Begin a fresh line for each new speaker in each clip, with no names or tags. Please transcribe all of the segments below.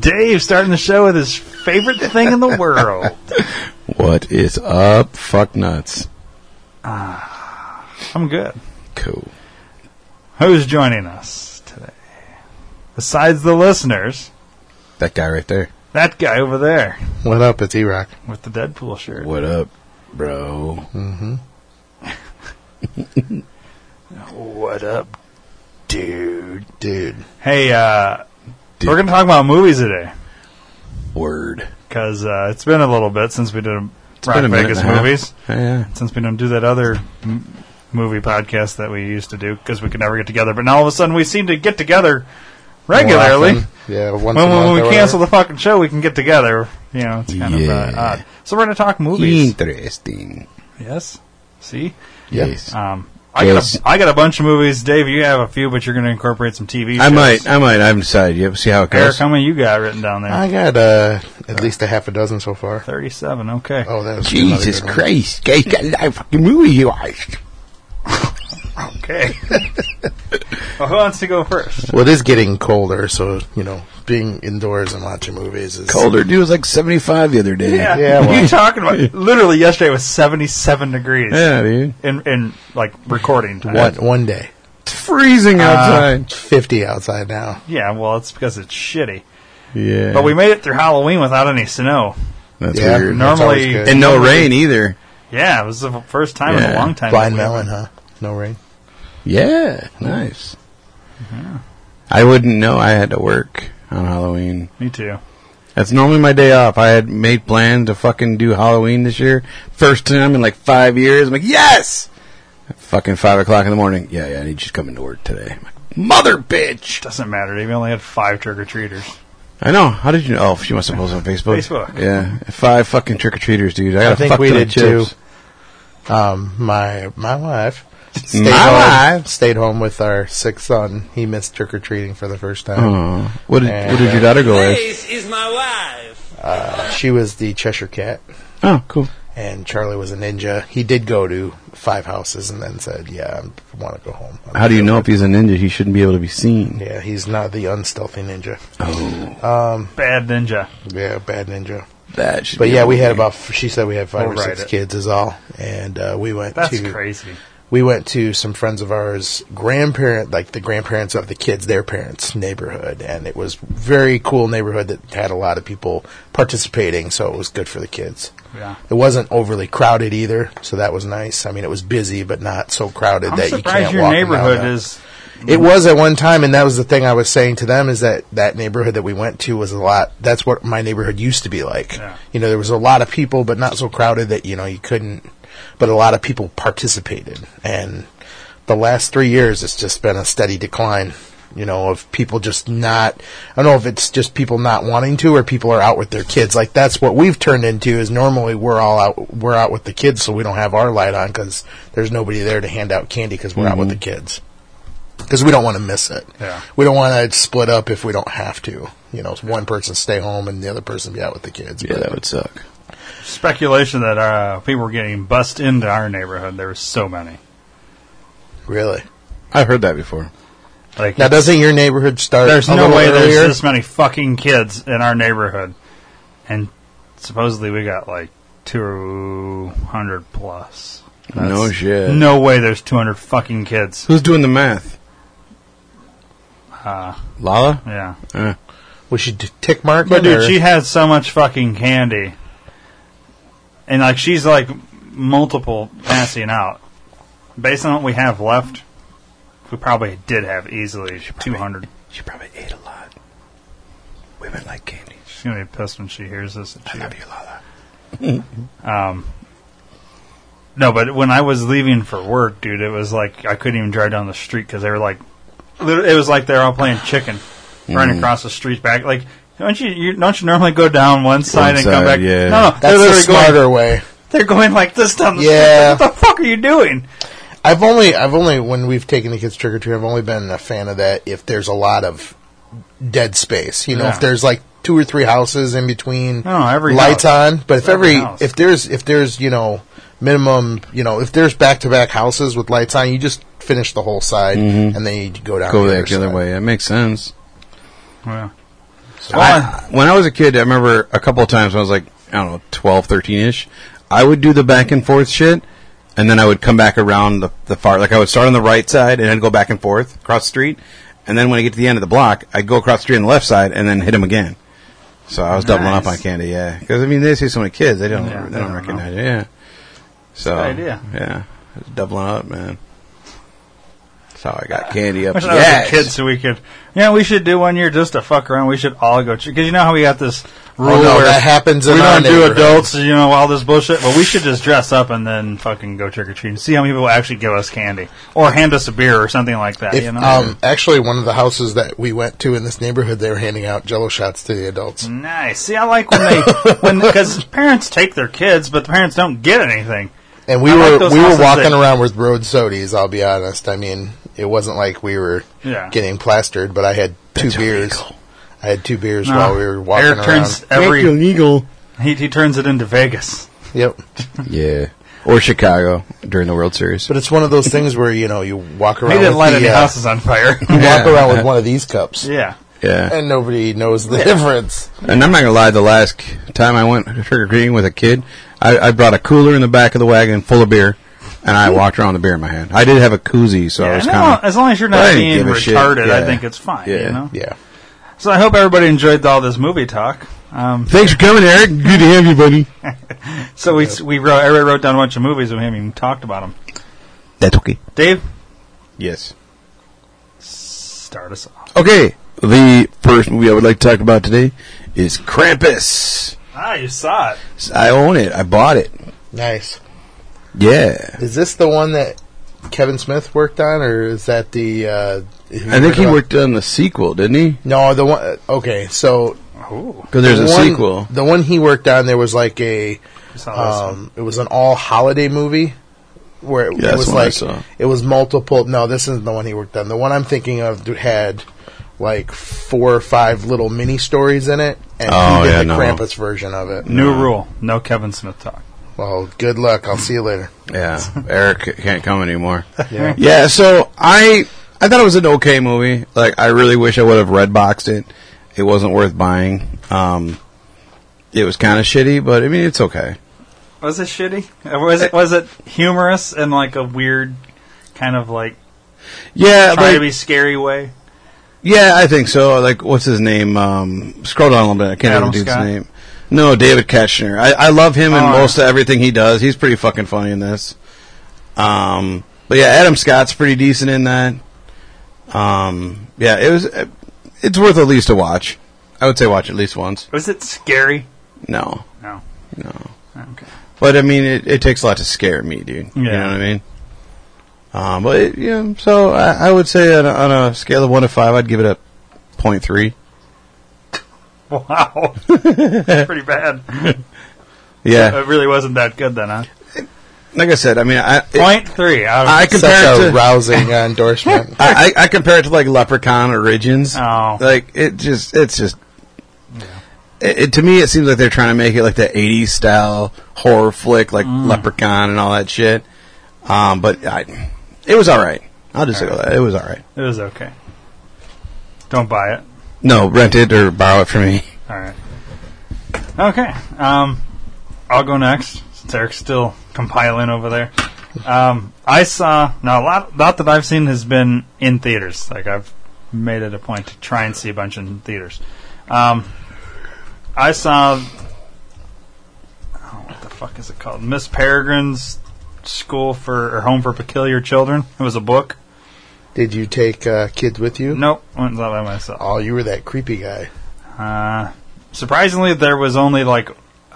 Dave starting the show with his favorite thing in the world.
What is up, fuck nuts?
I'm good.
Cool.
Who's joining us today? Besides the listeners,
That guy right there.
that guy over there
What up? It's E Rock.
with the Deadpool shirt.
What up, bro?
What up, dude?
Dude.
Hey, uh,
Dude.
we're going to talk about movies today
Word.
because uh, it's been a little bit since we did a Rock
Been a minute
Vegas
and a half.
movies.
Yeah.
Since we don't do that other m- movie podcast that we used to do because we could never get together, but now all of a sudden we seem to get together regularly.
Often. Yeah, once
when,
a month.
when
or
we
whatever.
cancel the fucking show, we can get together. You know, it's kind of uh,
Yeah.
odd. So we're gonna talk movies.
Interesting.
Yes. See,
Yeah.
Yes.
um, I
Yes.
got a, I got a bunch of movies. Dave, you have a few, but you're gonna incorporate some TV. Shows.
I might. I might. I haven't decided yet. We'll see how it
Eric,
goes.
how many you got written down there?
I got uh, at least a half a dozen so far.
Thirty-seven. Okay.
Oh, that was
Jesus
another good one.
Christ. Guys, got a lot of fucking movie you watched.
Okay. well, who wants to go first?
Well, it is getting colder, so you know, being indoors and watching movies is
Colder. Dude was like 75 the other day.
Yeah.
Yeah, well-
you talking about? Literally yesterday was seventy-seven degrees.
Yeah, dude.
In in like recording time.
One one day,
It's freezing outside.
it's fifty outside now.
Yeah. Well, it's because it's shitty.
yeah.
But we made it through Halloween without any snow.
That's
yeah,
weird.
No.
that's always
Normally-
good.
And no rain either.
Yeah, it was the first time in a
Yeah.
long time.
blind
that we
melon, huh? No rain.
Yeah. Nice. I wouldn't know. I had to work on Halloween.
Me too.
That's normally my day off. I had made plans to fucking do Halloween this year. First time in like five years. I'm like, yes! Fucking five o'clock in the morning. Yeah, yeah, I need you to come into work today. I'm like, Mother bitch!
Doesn't matter. They only had five trick or treaters.
I know. How did you know? Oh, she must have posted on Facebook.
Facebook.
Yeah. Five fucking trick or treaters, dude. I got
I
a
think
fuck
we
ton of
did
chips.
too. Um, my my wife stayed
My
home,
wife?
stayed home with our sixth son. He missed trick or treating for the first time.
Oh. What did, what
And,
did your
uh,
daughter go with?
This is my wife.
She was the Cheshire Cat.
Oh, cool.
and Charlie was a ninja. He did go to five houses and then said, "Yeah, I want to go home." I'm
How do you know if he's a ninja? He shouldn't be able to be seen. Oh.
Yeah, he's not the unstealthy ninja. Um,
Bad ninja.
Yeah, bad ninja.
That should
But
be
yeah,
a-
we had about. She said we had 5
We'll
or
write
six
it.
kids, is all. And uh, we went
That's
to
crazy.
we went to some friends of ours, grandparent, like the grandparents of the kids, their parents' neighborhood, and it was very cool neighborhood that had a lot of people participating, so it was good for the kids.
Yeah.
It wasn't overly crowded either, so that was nice. I mean, it was busy, but not so crowded
I'm
that you
surprised
can't
your
walk an hour
neighborhood
down.
is.
It was at one time, and that was the thing I was saying to them is that that neighborhood that we went to was a lot. That's what my neighborhood used to be like.
Yeah.
You know, there was a lot of people, but not so crowded that you know you couldn't. But a lot of people participated, and the last three years, it's just been a steady decline. You know, of people just not. I don't know if it's just people not wanting to, or people are out with their kids. Like that's what we've turned into. Is normally we're all out, we're out with the kids, so we don't have our light on because there's nobody there to hand out candy because we're out with the kids because we don't want to miss it.
Yeah.
We don't want to split up if we don't have to. You know, one person stay home and the other person be out with the kids.
Yeah,
But
that would suck.
Speculation that uh, people were getting bussed into our neighborhood. There were so many.
really.
I've heard that before.
Like
Now, doesn't your neighborhood start?
there's
a
no
little
way there's
earlier?
this many fucking kids in our neighborhood, and supposedly we got like two hundred plus.
no shit.
No way. There's two hundred fucking kids.
Who's doing the math?
Uh,
Lala?
yeah.
Uh,
We should t- tick mark.
But
it,
dude,
or-
she had so much fucking candy, and like she's like multiple passing out. Based on what we have left, we probably did have easily two hundred.
she probably ate a lot. Women like candy.
She's gonna be pissed when she hears this. that she-
you, Lala.
No, but when I was leaving for work, dude, it was like I couldn't even drive down the street because they were like, lit- it was like they're all playing chicken right across the street back. Like, don't you, you don't you normally go down one side and come
side,
back? No, no, they're
yeah.
that's the
literally going.
smarter way.
They're going like this down the
Yeah.
street. What the fuck are you doing?
I've only, I've only, when we've taken the kids trick or treat, I've only been a fan of that if there's a lot of dead space. You know,
Yeah.
if there's like two or three houses in between,
No, every
lights
house.
on. But if
Every
every,
house.
if there's, if there's, you know, minimum, you know, if there's back to back houses with lights on, you just finish the whole side and then you go down
Go
the
back the other
side.
way. That makes sense.
Yeah. So I-
I, when I was a kid, I remember a couple of times when I was like, I don't know, 12, 13 ish, I would do the back and forth shit, and then I would come back around the, the far. Like, I would start on the right side, and I'd go back and forth across the street, and then when I get to the end of the block, I'd go across the street on the left side, and then hit him again. So I was doubling up on
Nice.
candy, yeah. Because, I mean, they see so many kids, they don't,
Yeah,
they
they
don't
don't
recognize it, yeah. So,
Good idea.
yeah. I was doubling up, man. That's how I got candy up.
wish I
Yes!
was a kid so we could. Yeah, we should do one year just to fuck around. We should all go because you know how we got this rule
Oh, no,
where
that happens in
we
our
don't do
neighborhood.
adults, you know, all this bullshit. But we should just dress up and then fucking go trick or treating. See how many people actually give us candy or hand us a beer or something like that.
If,
you know,
um, actually, one of the houses that we went to in this neighborhood, they were handing out Jello shots to the adults.
nice. See, I like when they when because parents take their kids, but the parents don't get anything.
And we
I like
were
those
we were
houses
walking
that-
around with road sodies. I'll be honest. I mean, it wasn't like we were
Yeah.
getting plastered, but I had two beers. I had two beers
No.
while we were walking
Eric
around.
turns every
illegal.
he, he turns it into Vegas.
Yep.
Yeah. Or Chicago during the World Series.
But it's one of those things where you know you walk around.
He didn't
with
light
the,
any
uh,
houses on fire.
You walk
Yeah.
around with one of these cups,
yeah.
yeah.
and nobody knows the difference.
And I'm not gonna lie, the last time I went trick or treating with a kid, I, I brought a cooler in the back of the wagon full of beer, and I walked around with beer in my hand. I did have a koozie, so I
Yeah,
was
no,
kind
as long as you're
I
not
didn't
being
give a shit.
retarded, I
Yeah.
think it's fine.
Yeah.
You know?
Yeah.
So I hope everybody enjoyed all this movie talk. Um,
Thanks for coming, Eric. Good to have you, buddy.
so we we wrote, everybody wrote down a bunch of movies and we haven't even talked about them.
That's okay.
Dave,
Yes.
start us off.
Okay. The first movie I would like to talk about today is Krampus.
Ah, you saw it.
I own it. I bought it.
Nice.
Yeah.
Is this the one that Kevin Smith worked on, or is that the? Uh,
I think he worked on the sequel, didn't he?
No, the one. Okay, so
Oh,
Because there's
the
a
one-
sequel.
The one he worked on, there was like a.
you saw this one.
Um, it was an all holiday movie where it
Yeah, that's
was
the one I
like
saw.
it was multiple. No, this isn't the one he worked on. The one I'm thinking of had like four or five little mini stories in it, and
Oh,
he did
yeah,
the
no.
Krampus version of it.
New rule: no Kevin Smith talk.
Well, good luck. I'll see you later.
Yeah, Eric can't come anymore.
Yeah.
yeah, so I I thought it was an okay movie. Like I really wish I would have red boxed it. It wasn't worth buying. Um, it was kind of shitty, but I mean it's okay.
Was it shitty? Uh, Was it was it humorous in like a weird kind of like
Yeah,
trying to
like-
be scary way?
yeah, I think so. Like what's his name? Um, scroll down a little bit. I
Adam
can't remember the dude's
Scott?
name. No, David Keschner. I, I love him in
Oh,
most of everything he does. He's pretty fucking funny in this. Um, but yeah, Adam Scott's pretty decent in that. Um, yeah, it was. It's worth at least a watch. I would say watch at least once.
Was it scary?
No,
No.
no.
Okay.
But I mean, it, it takes a lot to scare me, dude. You
Yeah.
know what I mean? Um, but it, yeah, so I, I would say on a, on a scale of one to five, I'd give it a point three.
Wow. Pretty bad.
Yeah,
It really wasn't that good then, huh?
like I said, I mean, I it-
Point three. Out of
I
Such
compare it
a
to
rousing uh, endorsement.
I, I I compare it to like Leprechaun Origins.
Oh.
Like it just it's just it, it- to me it seems like they're trying to make it like the 80s style horror flick like Leprechaun and all that shit. Um, but I it was all right. I'll just say that. It was all right.
It was okay. Don't buy it.
No, rent it or borrow it from me.
All right. Okay. Um, I'll go next since Eric's still compiling over there. Um, I saw now a lot, lot that I've seen has been in theaters. Like I've made it a point to try and see a bunch in theaters. Um, I saw oh, what the fuck is it called? Miss Peregrine's School for or Home for Peculiar Children. It was a book.
Did you take uh, kids with you?
Nope, went and saw it by myself.
Oh, you were that creepy guy.
Uh, surprisingly, there was only like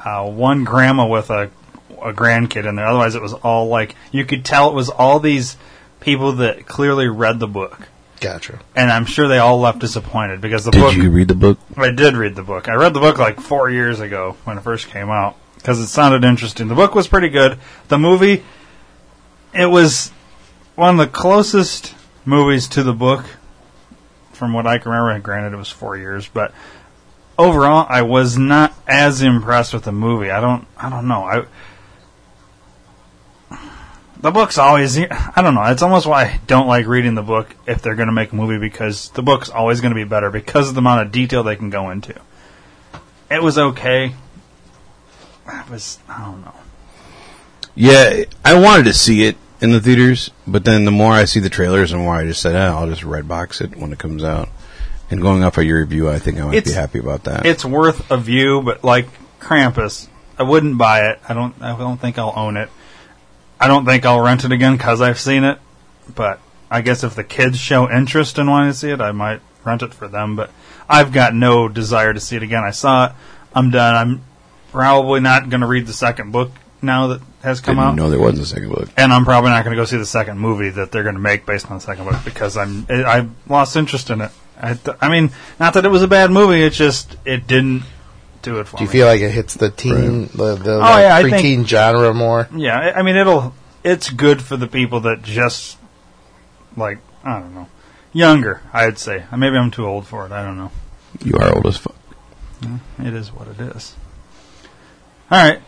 uh, one grandma with a a grandkid in there. Otherwise, it was all like you could tell it was all these people that clearly read the book,
Gotcha.
and I'm sure they all left disappointed because the
Did
book.
you read the book?
I did read the book. I read the book like four years ago when it first came out because it sounded interesting. The book was pretty good. The movie, it was one of the closest movies to the book from what I can remember. And granted, it was four years, but overall, I was not as impressed with the movie. I don't, I don't know. I the book's always I don't know. It's almost why I don't like reading the book if they're going to make a movie because the book's always going to be better because of the amount of detail they can go into. It was okay. It was I don't know.
Yeah, I wanted to see it in the theaters, but then the more I see the trailers, the more I just said, eh, I'll just red box it when it comes out. And going off of your review, I think I might
It's-
be happy about that.
It's worth a view, but like Krampus, I wouldn't buy it. I don't. I don't think I'll own it. I don't think I'll rent it again because I've seen it. But I guess if the kids show interest in wanting to see it, I might rent it for them. But I've got no desire to see it again. I saw it. I'm done. I'm probably not going to read the second book now that has come
Didn't
out
know there wasn't a second book.
and I'm probably not going to go see the second movie that they're going to make based on the second book because I'm I I lost interest in it. I, th- I mean, not that it was a bad movie, it just it didn't do it for
Do you
me.
feel like it hits the teen, the, the, the
Oh, yeah, I
preteen
think-
genre more?
yeah, I I mean, it'll it's good for the people that just like I don't know, younger. I'd say maybe I'm too old for it. I don't know.
You are old as fuck.
It is what it is. All right,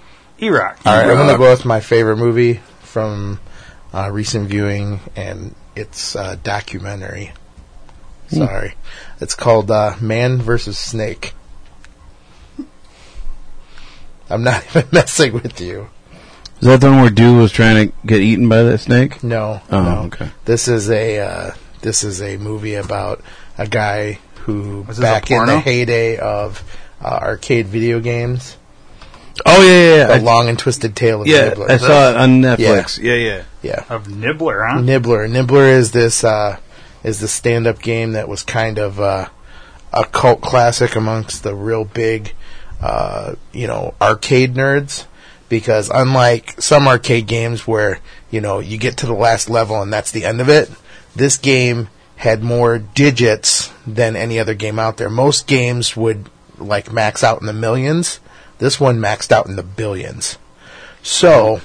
Iraq.
All right, I'm
Rock.
gonna go with my favorite movie from uh, recent viewing, and it's a documentary. Sorry, it's called uh, "Man versus Snake." I'm not even messing with you.
Is that the one where Dew was trying to get eaten by that snake?
No,
Oh,
no.
okay.
This is a uh, this is a movie about a guy who
Is this a
back in
porno?
the heyday of uh, arcade video games,
Oh, yeah, yeah,
the
yeah. I,
long and twisted tale of
yeah,
Nibbler.
I saw it on Netflix. Yeah, yeah.
yeah.
of Nibbler, huh?
Nibbler. Nibbler is this uh, is the stand up game that was kind of uh, a cult classic amongst the real big, uh, you know, arcade nerds. Because unlike some arcade games where you know you get to the last level and that's the end of it, this game had more digits than any other game out there. Most games would like max out in the millions. This one maxed out in the billions. So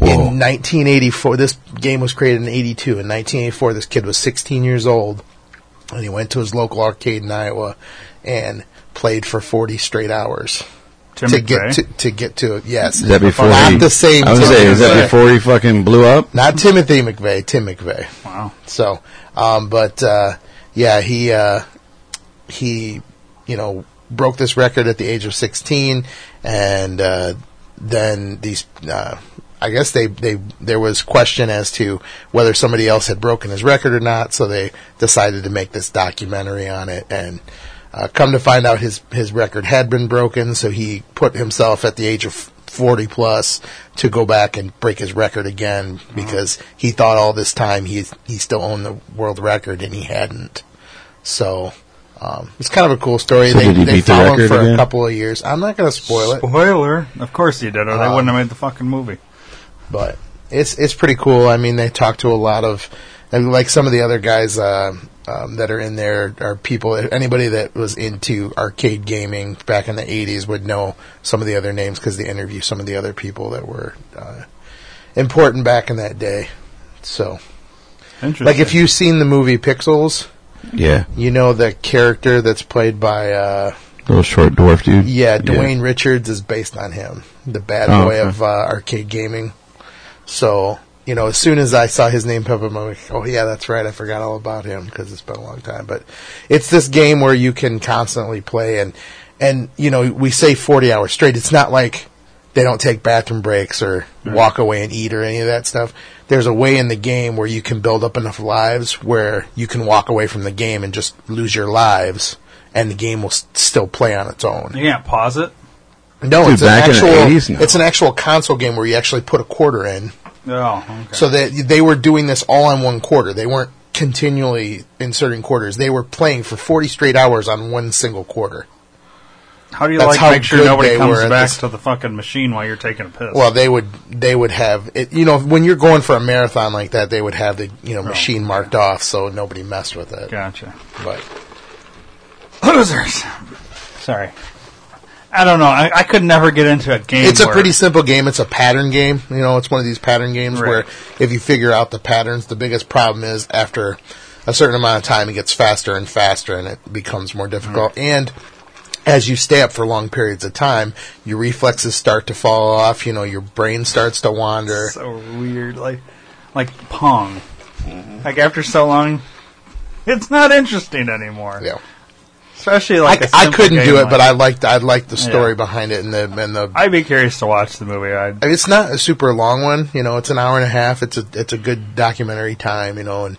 in
Whoa.
1984, this game was created in 82. In 1984, this kid was 16 years old, and he went to his local arcade in Iowa and played for 40 straight hours
Tim
to get
McVeigh?
to, to get to it. Yes,
Is that before
not
he,
the same.
I was
Tim
going to say, is
McVeigh.
that before he fucking blew up?
Not Timothy McVeigh. Tim McVeigh.
wow.
So, um, but uh, yeah, he uh, he, you know, broke this record at the age of 16, and uh, then these, uh, I guess they they there was question as to whether somebody else had broken his record or not, so they decided to make this documentary on it and. Uh, come to find out his, his record had been broken, so he put himself at the age of 40 plus to go back and break his record again because he thought all this time he, he still owned the world record and he hadn't. So, um, it's kind of a cool story.
So
they
did he
they
beat the
follow him
record
for
again?
a couple of years. I'm not going to spoil it,
Spoiler. Of course you did, or they
Um,
wouldn't have made the fucking movie.
but it's it's pretty cool. I mean, they talk to a lot of, and like some of the other guys uh, um, that are in there are people. Anybody that was into arcade gaming back in the '80s would know some of the other names because they interview some of the other people that were uh, important back in that day. So,
Interesting.
like, if you've seen the movie Pixels,
Yeah.
you know the character that's played by. Uh,
Little short dwarf dude.
Yeah, Dwayne Richards is based on him, the bad
Mm-hmm. Oh,
boy
okay.
of uh, arcade gaming. So, you know, as soon as I saw his name pop up, I'm like, oh, yeah, that's right. I forgot all about him because it's been a long time. But it's this game where you can constantly play. And, and you know, we say 40 hours straight. It's not like they don't take bathroom breaks or walk away and eat or any of that stuff. There's a way in the game where you can build up enough lives where you can walk away from the game and just lose your lives. And the game will s- still play on its own.
you can't pause it.
No,
Dude,
it's an
back in the
actual.
80s now.
it's an actual console game where you actually put a quarter in.
Oh, okay.
So that they were doing this all in one quarter. They weren't continually inserting quarters. They were playing for forty straight hours on one single quarter.
How do you
That's
like
how
make sure
good
nobody
they
comes
were at
back
this-
to the fucking machine while you're taking a piss?
Well, they would they would have it. You know, when you're going for a marathon like that, they would have the you know machine marked off so nobody messed with it.
gotcha.
But
Losers. Sorry. I don't know. I, I could never get into a game.
it's a
where-
pretty simple game. It's a pattern game. You know, it's one of these pattern games
Right.
where if you figure out the patterns, the biggest problem is after a certain amount of time, it gets faster and faster, and it becomes more difficult.
Mm-hmm.
And as you stay up for long periods of time, your reflexes start to fall off. You know, your brain starts to wander.
so weird. Like like Pong. Like after so long, it's not interesting anymore.
Yeah.
Especially
I,
like a
I
simple
couldn't
game
do it,
like-
but I liked I liked the story
Yeah.
behind it and the and the.
I'd be curious to watch the movie. I'd,
I mean, it's not a super long one, you know. It's an hour and a half. It's a it's a good documentary time, you know, and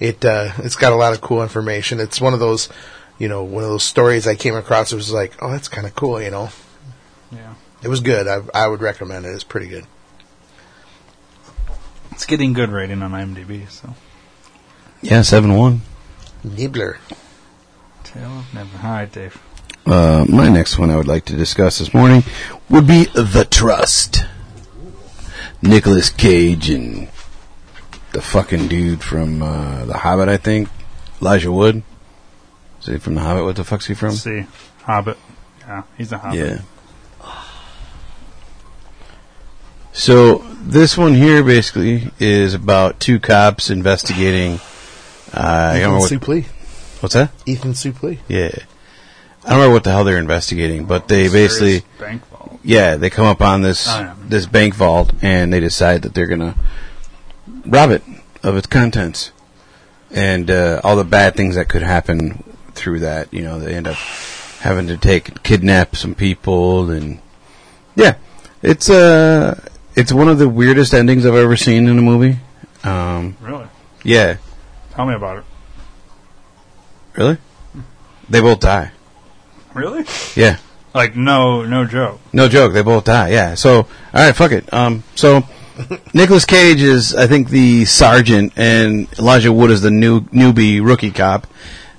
it uh, it's got a lot of cool information. It's one of those, you know, one of those stories I came across. It was like, oh, that's kind of cool, you know.
yeah.
It was good. I I would recommend it. It's pretty good.
It's getting good rating on IMDb. So
Yeah, seven one.
Nibbler.
Tale of Never. All right, Dave.
Uh, my next one I would like to discuss this morning would be The Trust. Nicolas Cage and the fucking dude from uh, The Hobbit, I think. Elijah Wood. Is he from The Hobbit? What the fuck's he from?
Let's
Um.
see. Hobbit. Yeah, he's a Hobbit.
Yeah. So this one here basically is about two cops investigating. Uh, I don't
Ethan
know what,
Suplee.
what's that?
Ethan Suplee.
Yeah, I don't know what the hell they're investigating, but they
Serious
basically
bank vault.
yeah, they come up on this
Oh, yeah.
this bank vault and they decide that they're gonna rob it of its contents and uh, all the bad things that could happen through that. You know, they end up having to take kidnap some people and yeah, it's uh it's one of the weirdest endings I've ever seen in a movie. Um,
Really?
yeah,
Tell me about it.
really, they both die.
Really?
Yeah.
Like no, no joke.
No joke, they both die. Yeah. So, all right, fuck it. Um, so Nicholas Cage is, I think, the sergeant, and Elijah Wood is the new newbie rookie cop.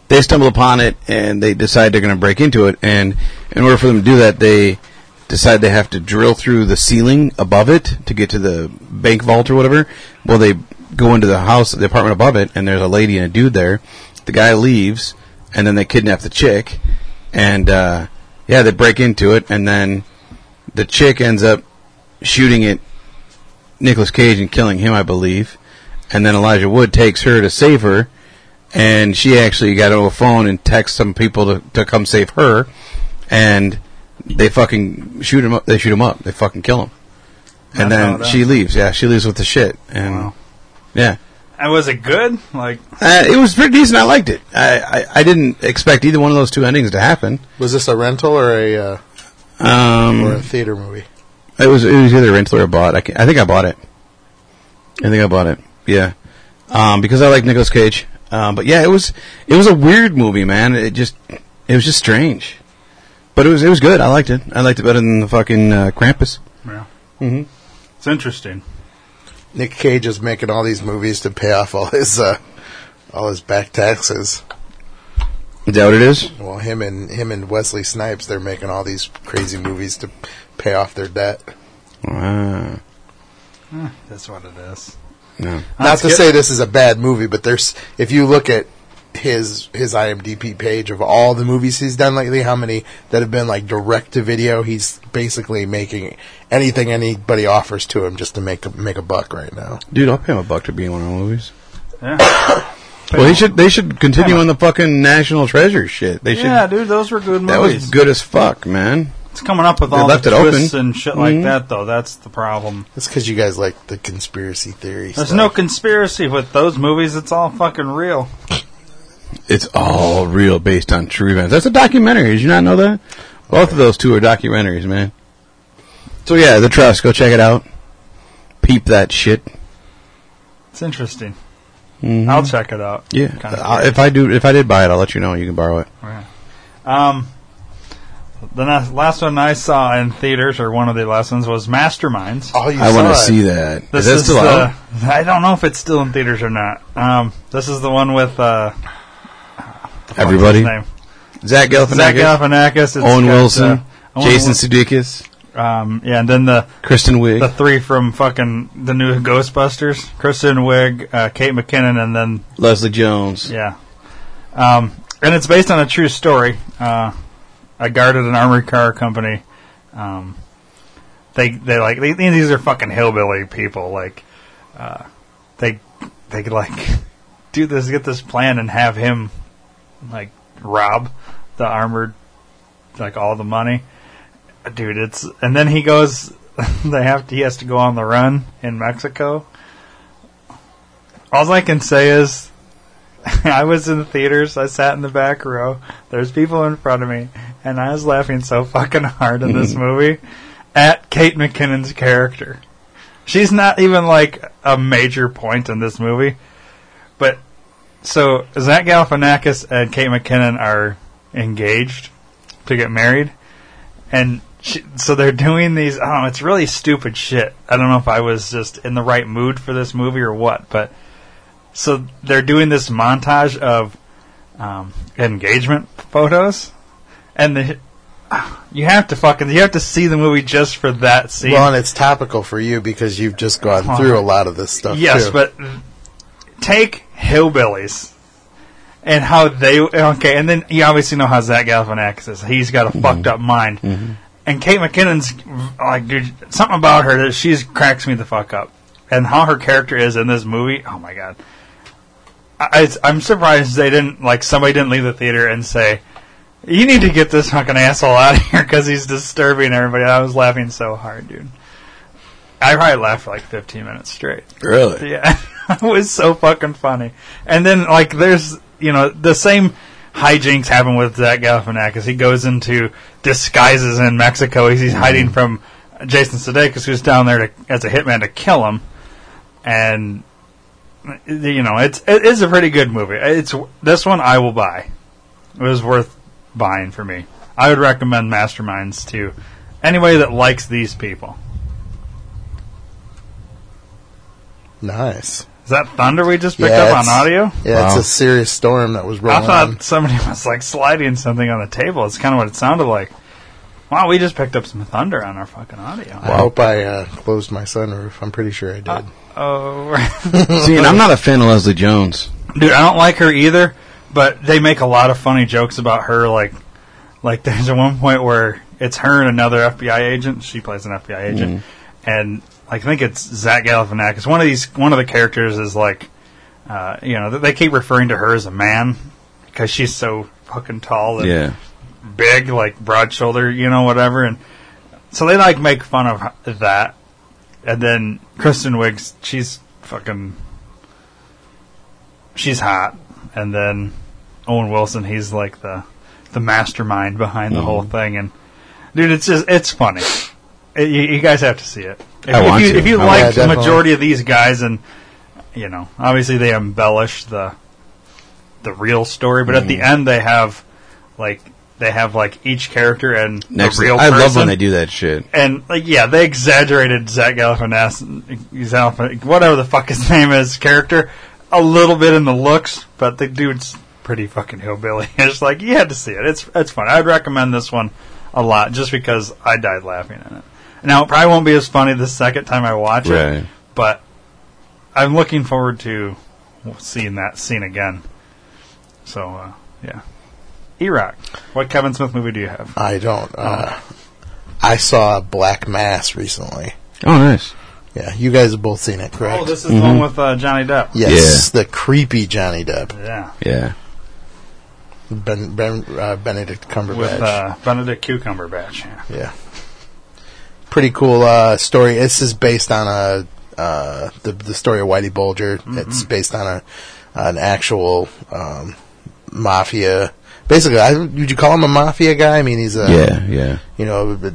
They stumble upon it, and they decide they're going to break into it. And in order for them to do that, they decide they have to drill through the ceiling above it to get to the bank vault or whatever. Well, they go into the house, the apartment above it, and there's a lady and a dude there. The guy leaves, and then they kidnap the chick, and uh, yeah, they break into it, and then the chick ends up shooting at Nicolas Cage and killing him, I believe. And then Elijah Wood takes her to save her, and she actually got on a phone and texts some people to, to come save her, and they fucking shoot him up. They shoot him up. They fucking kill him. And
That's how
then
it
she
ends.
leaves. Yeah, she leaves with the shit. And
Wow.
yeah,
And was it good? Like
uh, it was pretty decent. I liked it. I, I I didn't expect either one of those two endings to happen.
Was this a rental or a uh,
Um,
or a theater movie?
It was it was either rental or bought. I, can, I think I bought it. I think I bought it. Yeah, um, because I like Nicolas Cage. Um, but yeah, it was it was a weird movie, man. It just it was just strange, but it was it was good. I liked it. I liked it better than the fucking uh, Krampus.
yeah.
Mhm.
It's interesting.
Nick Cage is making all these movies to pay off all his uh, all his back taxes.
Is that what it is?
Well, him and him and Wesley Snipes, they're making all these crazy movies to pay off their debt.
Ah,
That's what it is.
no.
Not to say this is a bad movie, but there's if you look at his his IMDb page of all the movies he's done lately, how many that have been like direct to video? He's basically making anything anybody offers to him just to make a, make a buck right now.
Dude, I'll pay him a buck to be in one of the movies.
Yeah.
Well, he should. They should continue
Yeah.
on the fucking National Treasure shit. They should.
yeah, dude, those were good movies.
that was good as fuck, man.
It's coming up with
They
all
left
the
it open.
twists and shit like
Mhm.
that, though. That's the problem.
It's because you guys like the conspiracy theory.
There's
stuff.
no conspiracy with those movies. It's all fucking real.
It's all real, based on true events. That's a documentary. Did you not know that? Both of those two are documentaries, man. So yeah, the trust. Go check it out. Peep that shit.
It's interesting.
Mhm.
I'll check it out.
yeah.
Kinda
I- if I do, if I did buy it, I'll let you know. You can borrow it.
Yeah. Um, the na- last one I saw in theaters, or one of the last ones, was Masterminds.
Oh, you
I want to
saw it.
see that. Is that still
the,
out?
I don't know if it's still in theaters or not. Um, this is the one with uh, what's
Everybody.
his name?
Zach Galifianakis,
Zach Galifianakis, it's
Owen
got,
Wilson,
uh, Owen
Jason
Wil-
Sudeikis,
Um, yeah, and then the
Kristen Wiig.
the three from fucking the new Ghostbusters: Kristen Wiig, uh, Kate McKinnon, and then
Leslie Jones.
yeah. Um, and it's based on a true story. Uh, a guard at an armored car company. Um, they they like they, these are fucking hillbilly people. Like uh, they they could like do this, get this plan, and have him like rob the armored like all the money. Dude, it's and then he goes. They have to. He has to go on the run in Mexico. All I can say is, I was in the theaters. I sat in the back row. There's people in front of me, and I was laughing so fucking hard in this movie at Kate McKinnon's character. She's not even like a major point in this movie, but so Zach Galifianakis and Kate McKinnon are engaged to get married, and she, so they're doing these. I don't know. It's really stupid shit. I don't know if I was just in the right mood for this movie or what, but so they're doing this montage of um, engagement photos, and the, you have to fucking you have to see the movie just for that scene.
Well, and it's topical for you because you've just gone
Well,
through a lot of this stuff.
Yes,
too.
but take hillbillies and how they okay, and then you obviously know how Zach Galifianakis is. He's got a
Mm-hmm.
fucked up mind, and Kate McKinnon's like, dude, something about her that she's cracks me the fuck up, and how her character is in this movie. Oh my god, I, I, am surprised they didn't like somebody didn't leave the theater and say. You need to get this fucking asshole out of here because he's disturbing everybody. I was laughing so hard, dude. I probably laughed for like 15 minutes straight.
Really?
Yeah, it was so fucking funny. And then like, there's you know the same hijinks happen with Zach Galifianakis. He goes into disguises in Mexico. He's, he's
Mm-hmm.
hiding from Jason Sudeikis, who's down there to, as a hitman to kill him. And you know, it's it is a pretty good movie. It's this one I will buy. It was worth buying for me. I would recommend Masterminds to anybody that likes these people.
nice.
Is that thunder we just picked
Yeah,
up on
it's-
audio?
Yeah,
Wow.
it's a serious storm that was
I
rolling. on.
thought somebody was like sliding something on the table. It's kind of what it sounded like. Wow, we just picked up some thunder on our fucking audio.
I hope I uh, closed my sunroof. I'm pretty sure I
Uh,
did.
Oh,
See, and I'm not a fan of Leslie Jones.
dude, I don't like her either. But they make a lot of funny jokes about her. Like, like there's at one point where it's her and another FBI agent. She plays an FBI agent, and like, I think it's Zach Galifianakis. One of these, one of the characters is like, uh, you know, they keep referring to her as a man because she's so fucking tall. And,
Yeah.
big, like broad shoulder, you know, whatever. And so they like make fun of h- that. And then Kristen Wiggs, she's fucking, she's hot. And then Owen Wilson, he's like the the mastermind behind
Mm-hmm.
the whole thing. And dude, it's just it's funny. It- you, you guys have to see it. If,
I
if
want
you,
to. Oh,
If you
I
like
want-
the
Yeah, definitely.
majority of these guys, and you know, obviously they embellish the the real story, but at the
Mm-hmm.
end they have like they have like each character and
Next,
the real
I
person.
love when they do that shit.
And like, yeah, they exaggerated Zach Galifianakis, Alpha, whatever the fuck his name is, character a little bit in the looks, but the dude's pretty fucking hillbilly. It's like you had to see it. It's it's fun. I'd recommend this one a lot just because I died laughing in it. Now it probably won't be as funny the second time I watch
Right.
it, but I'm looking forward to seeing that scene again. So uh, yeah, E Rock. What Kevin Smith movie do you have?
I don't.
oh.
Uh, I saw Black Mass recently.
Oh, nice.
Yeah, you guys have both seen it, correct?
Oh, this is the one with uh, Johnny Depp.
yes, the creepy Johnny Depp,
Yeah.
Yeah.
ben, ben, uh, Benedict Cumberbatch.
With uh, Benedict Cucumber Batch. Yeah.
Yeah. Pretty cool uh, story. This is based on a uh, the the story of Whitey Bulger.
Mm-hmm.
It's based on a an actual um, mafia. Basically, I, would you call him a mafia guy? I mean, he's a
Yeah, yeah.
you know a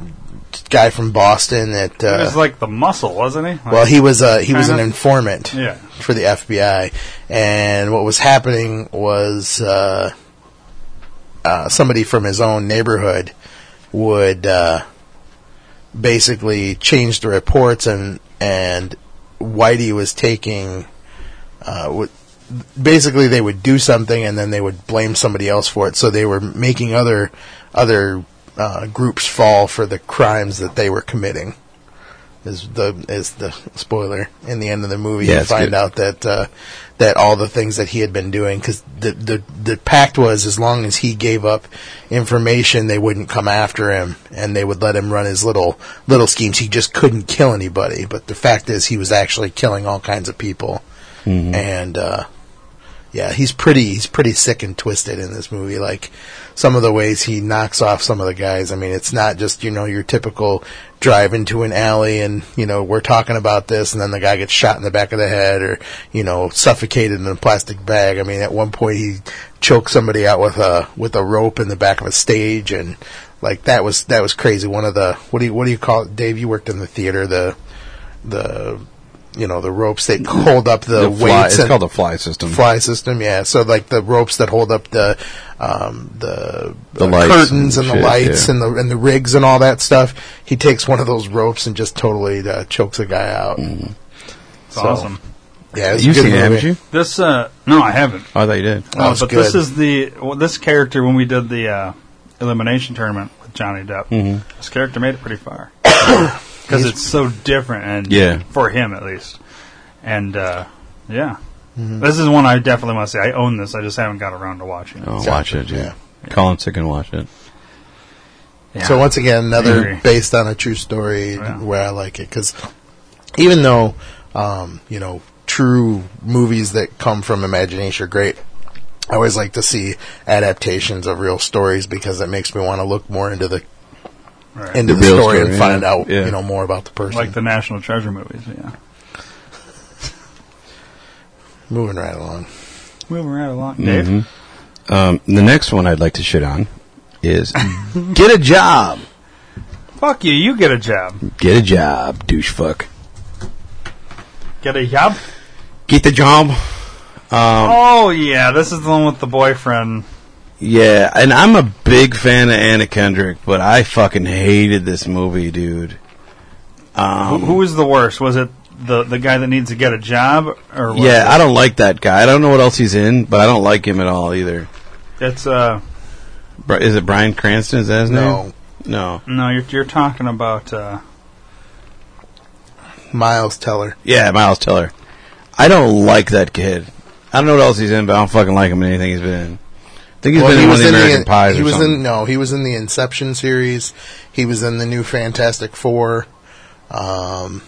guy from Boston that
He
uh,
was like the muscle, wasn't he? Like,
Well, he was a he was an
Kinda.
informant
Yeah.
for the FBI, and what was happening was uh, uh, somebody from his own neighborhood would uh, basically change the reports, and and Whitey was taking uh, w- basically they would do something and then they would blame somebody else for it. So they were making other other uh, groups fall for the crimes that they were committing. Is the is the spoiler in the end of the movie?
Yeah,
you
it's
find
good.
out that uh, that all the things that he had been doing because the, the the pact was as long as he gave up information, they wouldn't come after him and they would let him run his little little schemes. He just couldn't kill
Mm-hmm.
anybody, but the fact is he was actually killing all kinds of people, and uh, yeah, he's pretty he's pretty sick and twisted in this movie. Like some of the ways he knocks off some of the guys. I mean, it's not just, you know, your typical drive into an alley and, you know, we're talking about this and then the guy gets shot in the back of the head or, you know, suffocated in a plastic bag. I mean, at one point he choked somebody out with a with a rope in the back of a stage and like that was that was crazy. One of the what do you what do you call it? Dave, you worked in the theater, the the you know, the ropes that hold up the,
The fly,
weights
it's
and-
called the fly system.
fly system. Yeah, so like the ropes that hold up the um, the,
The
uh,
lights
curtains
and
and,
shit,
the lights
yeah.
and the and the rigs and all that stuff. He takes one of those ropes and just totally uh, chokes a guy out.
It's awesome.
Yeah, it's
You've
a good
seen it, haven't
movie.
Mm-hmm. you?
This uh no, I haven't.
Oh, I thought you did.
Oh,
Uh,
it's
but this
good.
is the well, this character when we did the uh, elimination tournament with Johnny Depp.
Mm-hmm.
This character made it pretty far because it's so different and
Yeah.
for him at least. And uh, yeah, this is one I definitely want to see. I own this. I just haven't got around to watching it.
Oh,
Exactly,
watch it.
yeah.
Yeah. Colin Sick and watch it.
Yeah.
So once again, another
Agree.
based on a true story
Yeah.
where I like it because even though um, you know true movies that come from imagination are great. I always like to see adaptations of real stories because it makes me want to look more into the
Right.
into
The
the,
real
story,
story,
and
yeah.
find out
Yeah.
you know more about the person.
like the National Treasure movies. Yeah,
Moving right along.
moving right along, Dave.
Mhm. Um, the next one I'd like to shit on is get a job.
Fuck you. You get a job.
Get a job, douche fuck.
Get a
Um,
job.
Get the job.
oh yeah, this is the one with the boyfriend.
Yeah, and I'm a big fan of Anna Kendrick, but I fucking hated this movie, dude.
Who
um,
who was the worst? Was it the the guy that needs to get a job, or was
Yeah,
it-
I don't like that guy. I don't know what else he's in, but I don't like him at all either.
It's uh
Bri- Is it Brian Cranston? Is that his
No,
name? No.
no, you're you're talking about uh
Miles Teller.
Yeah, Miles Teller. I don't like that kid. I don't know what else he's in, but I don't fucking like him in anything he's been in. I think he's
Well,
been
he
in one of
was
the
in
American Pies
He
or
was
something.
in no. He was in the Inception series. He was in the new Fantastic Four. Um,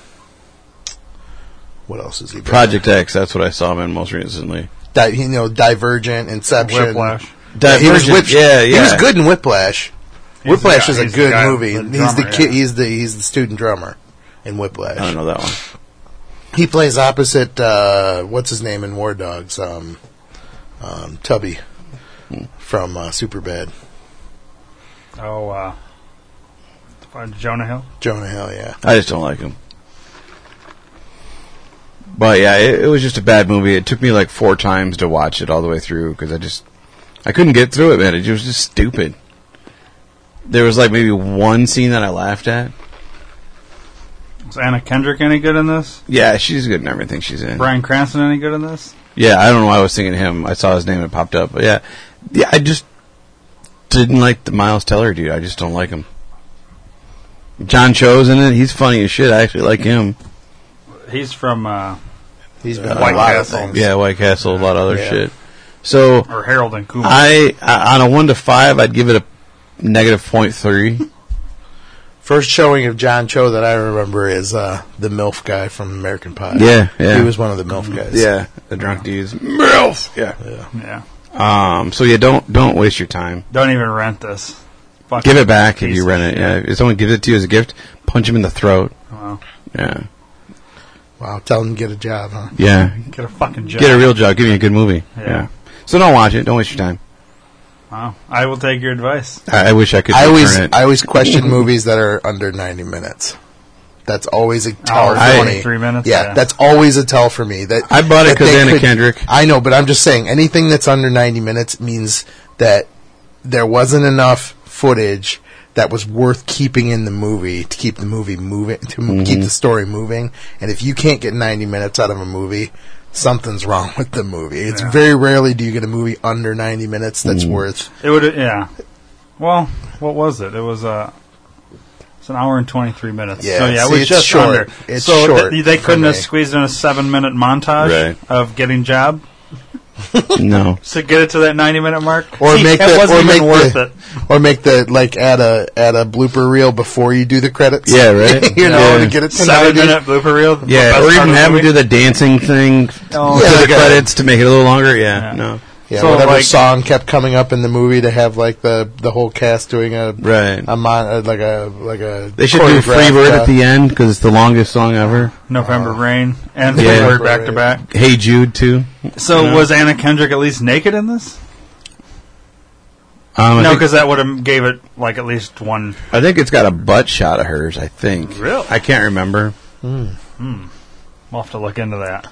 what else is he? been
Project X. That's what I saw him in most recently.
in? Di- you know, Divergent, Inception,
Whiplash.
Yeah, he was
Divergent,
Whip-
yeah, yeah.
He was good in Whiplash.
He's
Whiplash
the guy-
is a
he's the
good
guy-
movie.
the
he's the
drummer,
kid.
yeah.
He's the he's the student drummer in
I don't
Whiplash.
know that one.
He plays opposite uh, what's his name in War Dogs, um, um, Tubby
Hmm.
from uh, Superbad.
Oh, uh, uh, Jonah Hill.
Jonah Hill, yeah.
I just don't like him. But yeah, it, it was just a bad movie. It took me like four times to watch it all the way through because I just I couldn't get through it, man. It was just stupid. There was like maybe one scene that I laughed at.
Is Anna Kendrick any good in this?
Yeah, she's good in everything she's in.
Brian Cranston any good in this?
Yeah, I don't know why I was thinking him. I saw his name and it popped up. But yeah, yeah, I just didn't like the Miles Teller dude. I just don't like him. John Cho's in it. He's funny as shit. I actually like him.
He's from uh
He's been in
White
a lot
Castle.
of things.
Yeah, White Castle, a lot of other
Yeah.
shit. So
or Harold and Kumar.
I, I on a one to five, I'd give it a negative point three.
First showing of John Cho that I remember is uh, the MILF guy from American Pie.
Yeah, yeah.
He was one of the MILF guys.
yeah, the drunk dudes. Milf. Yeah.
Yeah.
yeah.
Um. So yeah, don't don't waste your time.
Don't even rent this. Fuck
Give it back if
piece
you
of
rent it.
shit.
Yeah. If someone gives it to you as a gift, punch him in the throat.
Well,
Yeah.
Wow, tell him to get a job, huh?
Yeah.
get a fucking job.
Get a real job. Give me a good movie.
Yeah.
Yeah. So don't watch it. Don't waste your time.
Wow. I will take your advice.
I, I wish I could.
I always
return it.
I always question movies that are under 90 minutes. That's always a tell
Hour
for
and
me.
23 minutes,
Yeah,
yeah.
that's always a tell for me. That
I bought it
that
'cause
they
Anna
could-
Kendrick.
I know, but I'm just saying anything that's under 90 minutes means that there wasn't enough footage that was worth keeping in the movie to keep the movie moving to m keep
Mhm.
the story moving. And if you can't get 90 minutes out of a movie. Something's wrong with the movie. It's
Yeah.
very rarely do you get a movie under 90 minutes that's
Mm.
worth
It would yeah. Well, what was it? It was uh it's an hour and 23 minutes.
Yeah,
so yeah, it
see,
was
it's
just
short.
under.
It's
so
short
th- they
for
couldn't have
me.
squeezed in a 7 minute montage
Right.
of getting job.
no.
So get it to that 90 minute mark.
Or
See,
make
it
the-
wasn't
or
even
make
worth
the-
it.
Or make the like add a add a blooper reel before you do the credits.
Yeah, right?
you know,
Yeah.
to get it to
Seven
90.
minute blooper reel. the
Yeah,
best
or
part of
even
the
have them
movie.
do the dancing thing
Oh,
to
yeah.
the credits to make it a little longer. Yeah,
Yeah.
no,
Yeah,
So,
whatever
like-
song kept coming up in the movie to have like the the whole cast doing a
right.
a mon- uh, like a like a
they should do free
choreographed,
word
uh,
at the end because it's the longest song ever.
November
Oh.
Rain and
Yeah.
Freebird back to back.
Hey Jude too.
So
No.
was Anna Kendrick at least naked in this?
Um, I,
No,
think,
because that would have gave it like at least one.
I think it's got a butt shot of hers. I think.
Really?
I can't remember.
We'll have to look into that.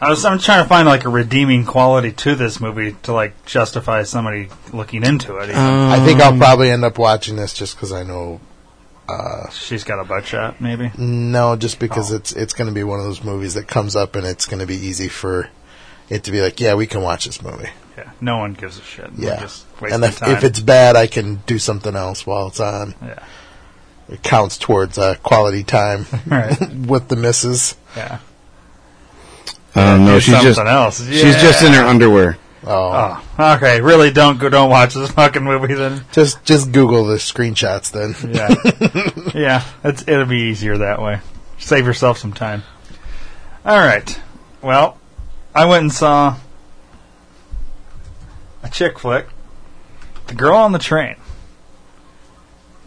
I was I'm trying to find like a redeeming quality to this movie to like justify somebody looking into it. even.
I think I'll probably end up watching this just because I know. Uh,
She's got a butt shot, maybe.
no, just
Oh.
because it's it's going to be one of those movies that comes up and it's going to be easy for it to be like, yeah, we can watch this movie.
Yeah, no one gives a shit. We're
Yeah,
just wasting
and if,
time.
if it's bad, I can do something else while it's on.
yeah,
It counts towards uh, quality time
Right.
with the misses.
yeah.
Um, no,
Do
she's
something
just
else.
she's just in her underwear.
Oh,
Oh, okay. Really, don't go. Don't watch this fucking movie then.
just just Google the screenshots then.
Yeah, yeah. It's, it'll be easier that way. Save yourself some time. All right. Well, I went and saw a chick flick, "The Girl on the Train,"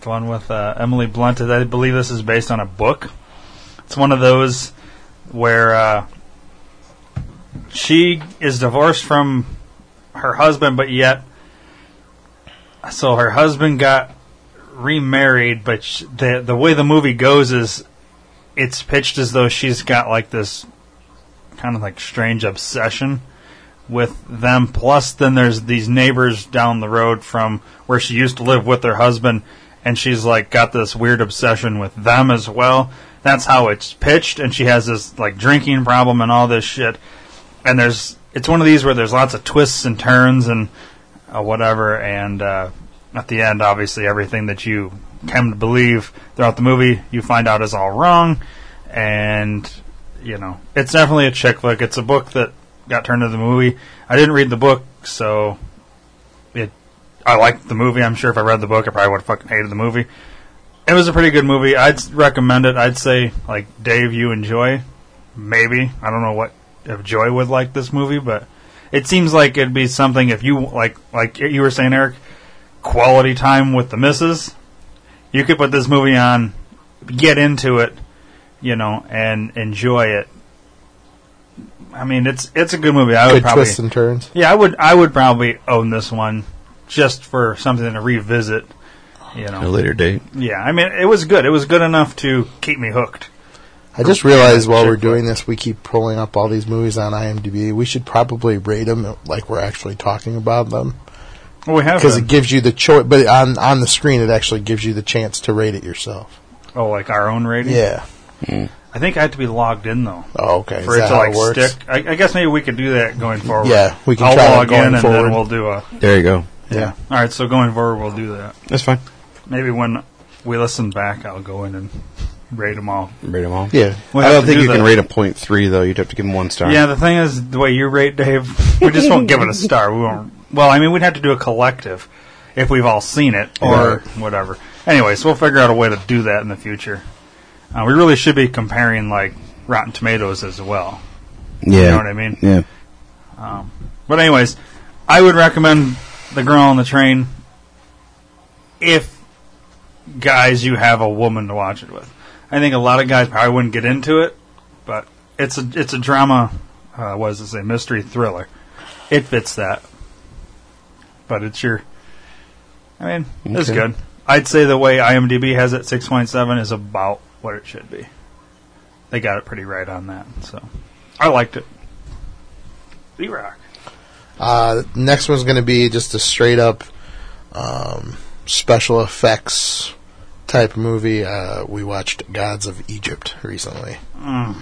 the one with uh, Emily Blunt. I believe this is based on a book. It's one of those where uh, she is divorced from her husband, but yet, so her husband got remarried, but sh- the the way the movie goes is it's pitched as though she's got like this kind of like strange obsession with them. Plus, then there's these neighbors down the road from where she used to live with her husband, and she's like got this weird obsession with them as well. That's how it's pitched, and she has this like drinking problem and all this shit. And there's it's one of these where there's lots of twists and turns and uh, whatever. And uh, at the end, obviously, everything that you come to believe throughout the movie, you find out is all wrong. And you know, it's definitely a chick flick. It's a book that got turned into the movie. I didn't read the book, so it. I liked the movie. I'm sure if I read the book, I probably would have fucking hated the movie. It was a pretty good movie. I'd recommend it. I'd say, like Dave, you enjoy. Maybe I don't know what if Joy would like this movie, but it seems like it'd be something if you like like you were saying, Eric, quality time with the misses. You could put this movie on, get into it, you know, and enjoy it. I mean, it's it's a good movie. I would
Good
probably
twists and turns.
yeah, I would. I would probably own this one just for something to revisit. You
At a
know.
later date.
Yeah, I mean, it was good. It was good enough to keep me hooked.
I just realized while we're
Chick flick.
doing this, we keep pulling up all these movies on IMDb. We should probably rate them like we're actually talking about them
Well, we have
because
been.
it gives you the choice. But on on the screen, it actually gives you the chance to rate it yourself.
oh, like our own rating.
Yeah.
I think I have to be logged in though
Oh, okay.
for
Is
it
that
to
how
like
it works?
stick. I, I guess maybe we could do that going forward.
Yeah, we can
I'll
try that
log
going
in and
forward.
then we'll do a.
There you go.
Yeah.
All right, so going forward, we'll do that.
That's fine.
Maybe when we listen back, I'll go in and rate them all.
Rate them all.
Yeah.
We'll
I
have
don't
to
think
do
you can
that.
rate a point three though. You'd have to give them one star.
Yeah, the thing is, the way you rate Dave, we just won't give it a star. We won't. Well, I mean, we'd have to do a collective if we've all seen it or whatever. Anyways, we'll figure out a way to do that in the future. Uh, we really should be comparing like Rotten Tomatoes as well.
yeah.
know what I mean?
Yeah.
But anyways, I would recommend The Girl on the Train if guys you have a woman to watch it with. I think a lot of guys probably wouldn't get into it, but it's a it's a drama. Uh, what does it say? Mystery thriller. It fits that. But it's your. I mean, it's
Okay.
good. I'd say the way IMDb has it, six point seven is about what it should be. They got it pretty right on that, so I liked it. The Rock.
Uh, next one's going to be just a straight up um, special effects type movie. Uh, we watched Gods of Egypt recently.
Mm.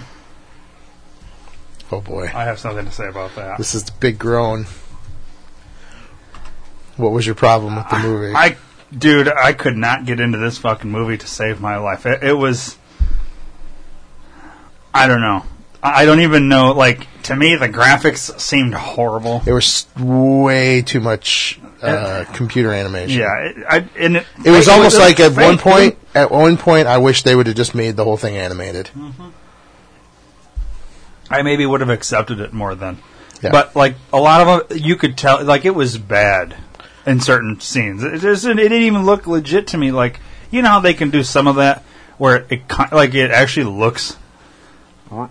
Oh boy,
I have something to say about that.
this is the big groan. What was your problem with the movie?
I, dude, I could not get into this fucking movie to save my life. It, it was, I don't know. I I don't even know. Like to me, the graphics seemed horrible.
There was way too much uh, computer animation.
Yeah, it, I, and it,
It was
like,
almost
it
like at one
fake,
point. At one point, I wish they would have just made the whole thing animated.
I maybe would have accepted it more then.
Yeah.
But like a lot of them, you could tell like it was bad in certain scenes. It, just, it didn't even look legit to me. Like you know how they can do some of that where it ki- like it actually looks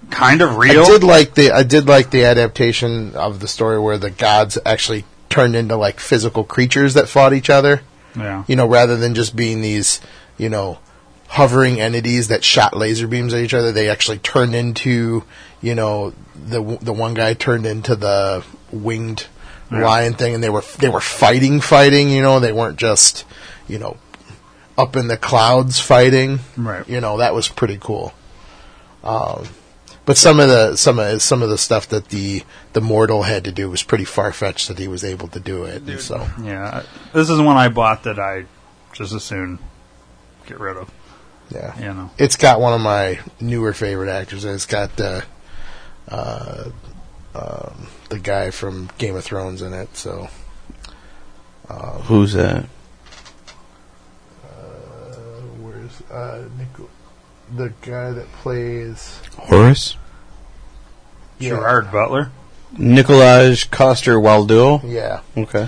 kind of real.
I did like the I did like the adaptation of the story where the gods actually turned into like physical creatures that fought each other.
yeah.
You know, rather than just being these, you know, hovering entities that shot laser beams at each other, they actually turned into, you know, the w- the one guy turned into the winged lion thing, and they were they were fighting, fighting. You know, they weren't just, you know, up in the clouds fighting.
Right.
You know, that was pretty cool. Um, but some of the some of some of the stuff that the the mortal had to do was pretty far fetched that he was able to do it. And so
Yeah, this is one I bought that I just as soon get rid of.
yeah,
You know,
it's got one of my newer favorite actors. It's got the uh, um, the guy from Game of Thrones in it. So
Who's that?
where's uh, the guy that plays
Horace?
Gerard Butler.
Nicolaj Coster Waldul?
Yeah,
Okay.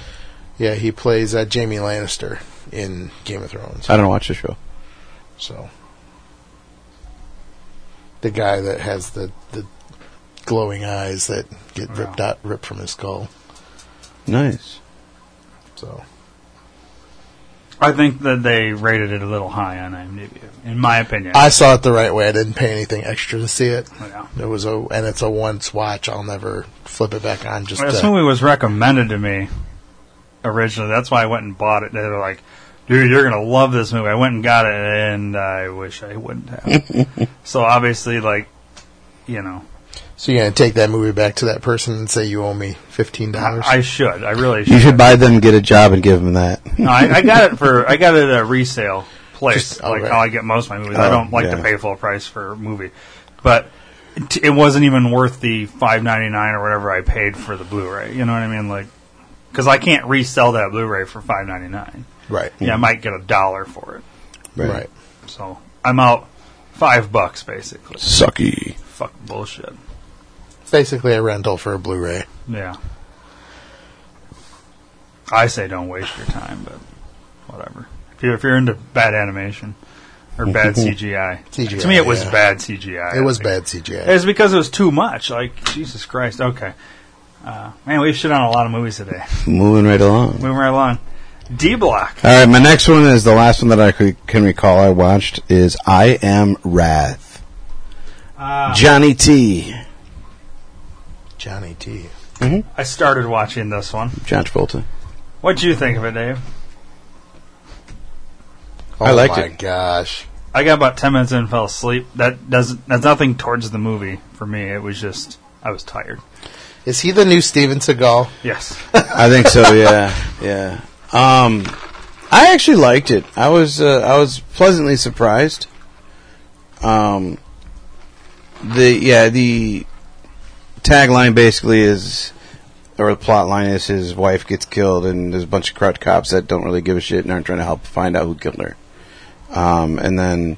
yeah, he plays uh, Jamie Lannister in Game of Thrones.
I don't watch the show.
So the guy that has the the glowing eyes that get ripped out ripped from his skull.
Nice.
So
I think that they rated it a little high on IMDb, in my opinion.
I saw it the right way. I didn't pay anything extra to see it.
Yeah.
It was a and it's a once watch. I'll never flip it back on. Just
Well, this
to,
movie was recommended to me originally. That's why I went and bought it. They were like, "Dude, you're gonna love this movie." I went and got it, and I wish I wouldn't have. so obviously, like, you know,
so you're gonna take that movie back to that person and say you owe me fifteen dollars.
I, I should. I really
You
should.
should buy them, get a job, and give them that.
No, I, I got it for I got it at a resale place,
Just-
like
oh, right.
how I get most of my movies.
Oh,
I don't like
yeah.
to pay full price for a movie, but t- it wasn't even worth the five ninety nine or whatever I paid for the Blu-ray. You know what I mean? Like, because I can't resell that Blu-ray for five ninety nine.
Right.
Yeah, I might get a dollar for it.
Right.
So I'm out five bucks basically.
Sucky.
Fuck bullshit.
It's basically a rental for a Blu-ray.
Yeah. I say don't waste your time, but whatever. If you're, if you're into bad animation or bad CGI,
CGI,
to me it was
yeah.
bad CGI.
It was
I think.
bad CGI.
It was because it was too much. Like Jesus Christ. Okay. Uh, man, we've shit on a lot of movies today.
Moving right along.
Moving right along. D Block.
All right, my next one is the last one that I could, can recall I watched is I Am Wrath.
Ah.
Johnny T.
Johnny T.
I started watching this one.
John Travolta.
What'd you think of it, Dave?
Oh
I liked
my
it.
Gosh.
I got about ten minutes in and fell asleep. That doesn't. That's nothing towards the movie for me. It was just I was tired.
Is he the new Steven Seagal?
Yes.
I think so. Yeah, yeah. Um, I actually liked it. I was uh, I was pleasantly surprised. Um, the yeah the tagline basically is, or the plot line is his wife gets killed, and there's a bunch of corrupt cops that don't really give a shit and aren't trying to help find out who killed her. Um, and then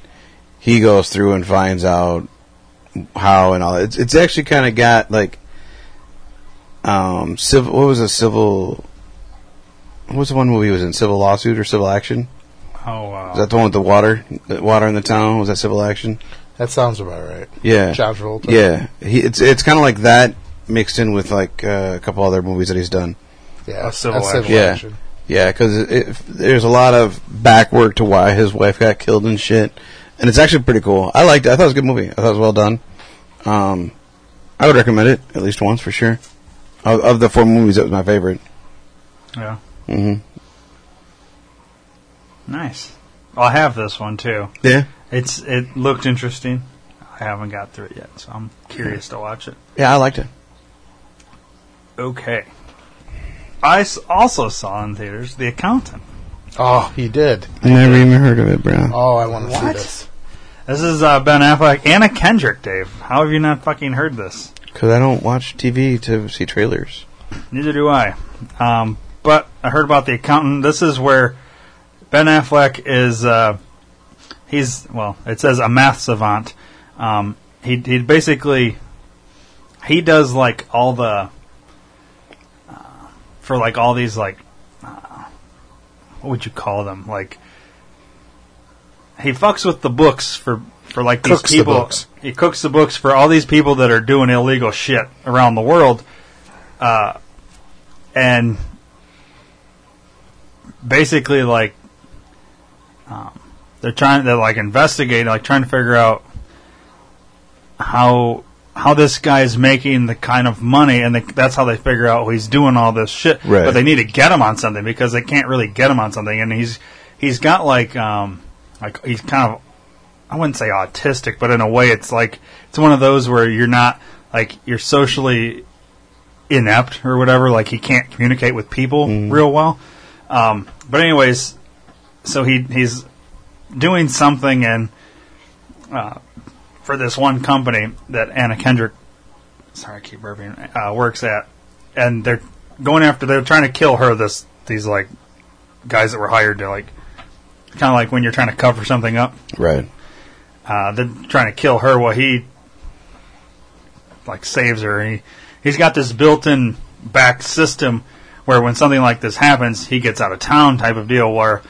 he goes through and finds out how and all that. It's, it's actually kind of got like um, civil. What was a civil? What was the one movie he was in? Civil lawsuit or civil action?
Oh wow.
Was that the one with the water, the water in the town? Was that civil action?
That sounds about right.
Yeah,
John Travolta.
yeah. He, it's it's kind of like that mixed in with like uh, a couple other movies that he's done.
Yeah.
A civil
that's
action.
Yeah. Yeah, because there's a lot of backwork to why his wife got killed and shit, and it's actually pretty cool. I liked it. I thought it was a good movie. I thought it was well done. Um, I would recommend it at least once for sure. Of, of the four movies, that was my favorite.
yeah.
hmm
Mm-hmm.
Nice. I'll have this one too.
Yeah.
It's it looked interesting. I haven't got through it yet, so I'm curious to watch it.
Yeah, I liked it.
Okay. I s- also saw in theaters The Accountant.
Oh, he did.
I never even heard of it, bro.
Oh, I want to see
What?
this.
This is uh, Ben Affleck, Anna Kendrick, Dave. How have you not fucking heard this?
Because I don't watch TV to see trailers.
Neither do I. Um, but I heard about the accountant. This is where Ben Affleck is. Uh, he's well. It says a math savant. Um, he he basically he does like all the uh, for like all these like uh, what would you call them like he fucks with the books for for like these
Cooks the
people
books.
he cooks the books for all these people that are doing illegal shit around the world uh, and basically like um, they're trying to like investigate like trying to figure out how how this guy's making the kind of money and they, that's how they figure out he's doing all this shit
Right.
but they need to get him on something because they can't really get him on something and he's he's got like um like he's kind of I wouldn't say autistic, but in a way, it's like it's one of those where you're not like you're socially inept or whatever. Like he can't communicate with people real well. Um, but anyways, so he he's doing something and uh, for this one company that Anna Kendrick, sorry, I keep burping, uh, works at, and they're going after they're trying to kill her. This these like guys that were hired to like kind of like when you're trying to cover something up
Right.
uh, they're trying to kill her while he like saves her. He he's got this built-in back system where when something like this happens, he gets out of town type of deal. Where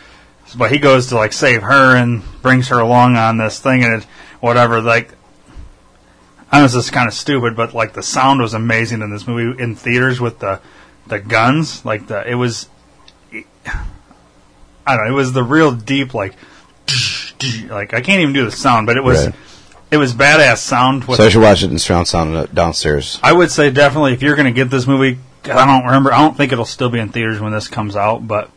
but he goes to like save her and brings her along on this thing and it, whatever. Like I know this is kind of stupid, but like the sound was amazing in this movie in theaters with the the guns. Like the it was. I don't know. It was the real deep, like, like I can't even do the sound, but it was,
Right.
it was badass sound. With
So I should watch it in surround sound uh, downstairs.
I would say definitely if you're going to get this movie, 'cause I don't remember. I don't think it'll still be in theaters when this comes out, but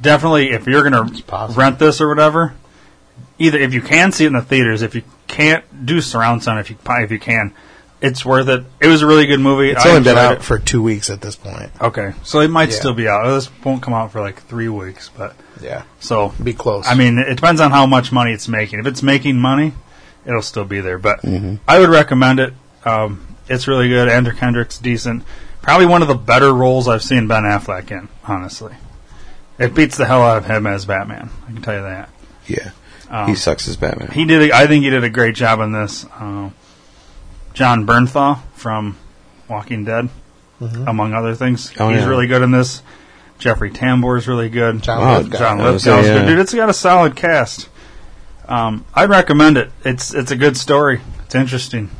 definitely if you're going to
possible.
rent this or whatever, either if you can see it in the theaters, if you can't do surround sound, if you if you can, it's worth it. It was a really good movie.
It's
I
only been
enjoyed
out
it.
for two weeks at this point.
Okay, so it might
Yeah.
still be out. This won't come out for like three weeks, but
Yeah,
so
be close.
I mean, it depends on how much money it's making. If it's making money, it'll still be there. But I would recommend it. Um, it's really good. Andrew Kendrick's decent. Probably one of the better roles I've seen Ben Affleck in. Honestly, it beats the hell out of him as Batman. I can tell you that.
Yeah.
Um,
Oh. he sucks as Batman.
He did. A, I think he did a great job in this. Uh, John Bernthal from Walking Dead, among other things,
Mm-hmm. Oh,
he's
yeah.
really good in this. Jeffrey Tambor is really good. Uh,
John
Wow,
Lithgow.
John
I was
Lithgow.
gonna say, yeah.
Dude, it's got a solid cast. Um, I'd recommend it. It's it's a good story. It's interesting.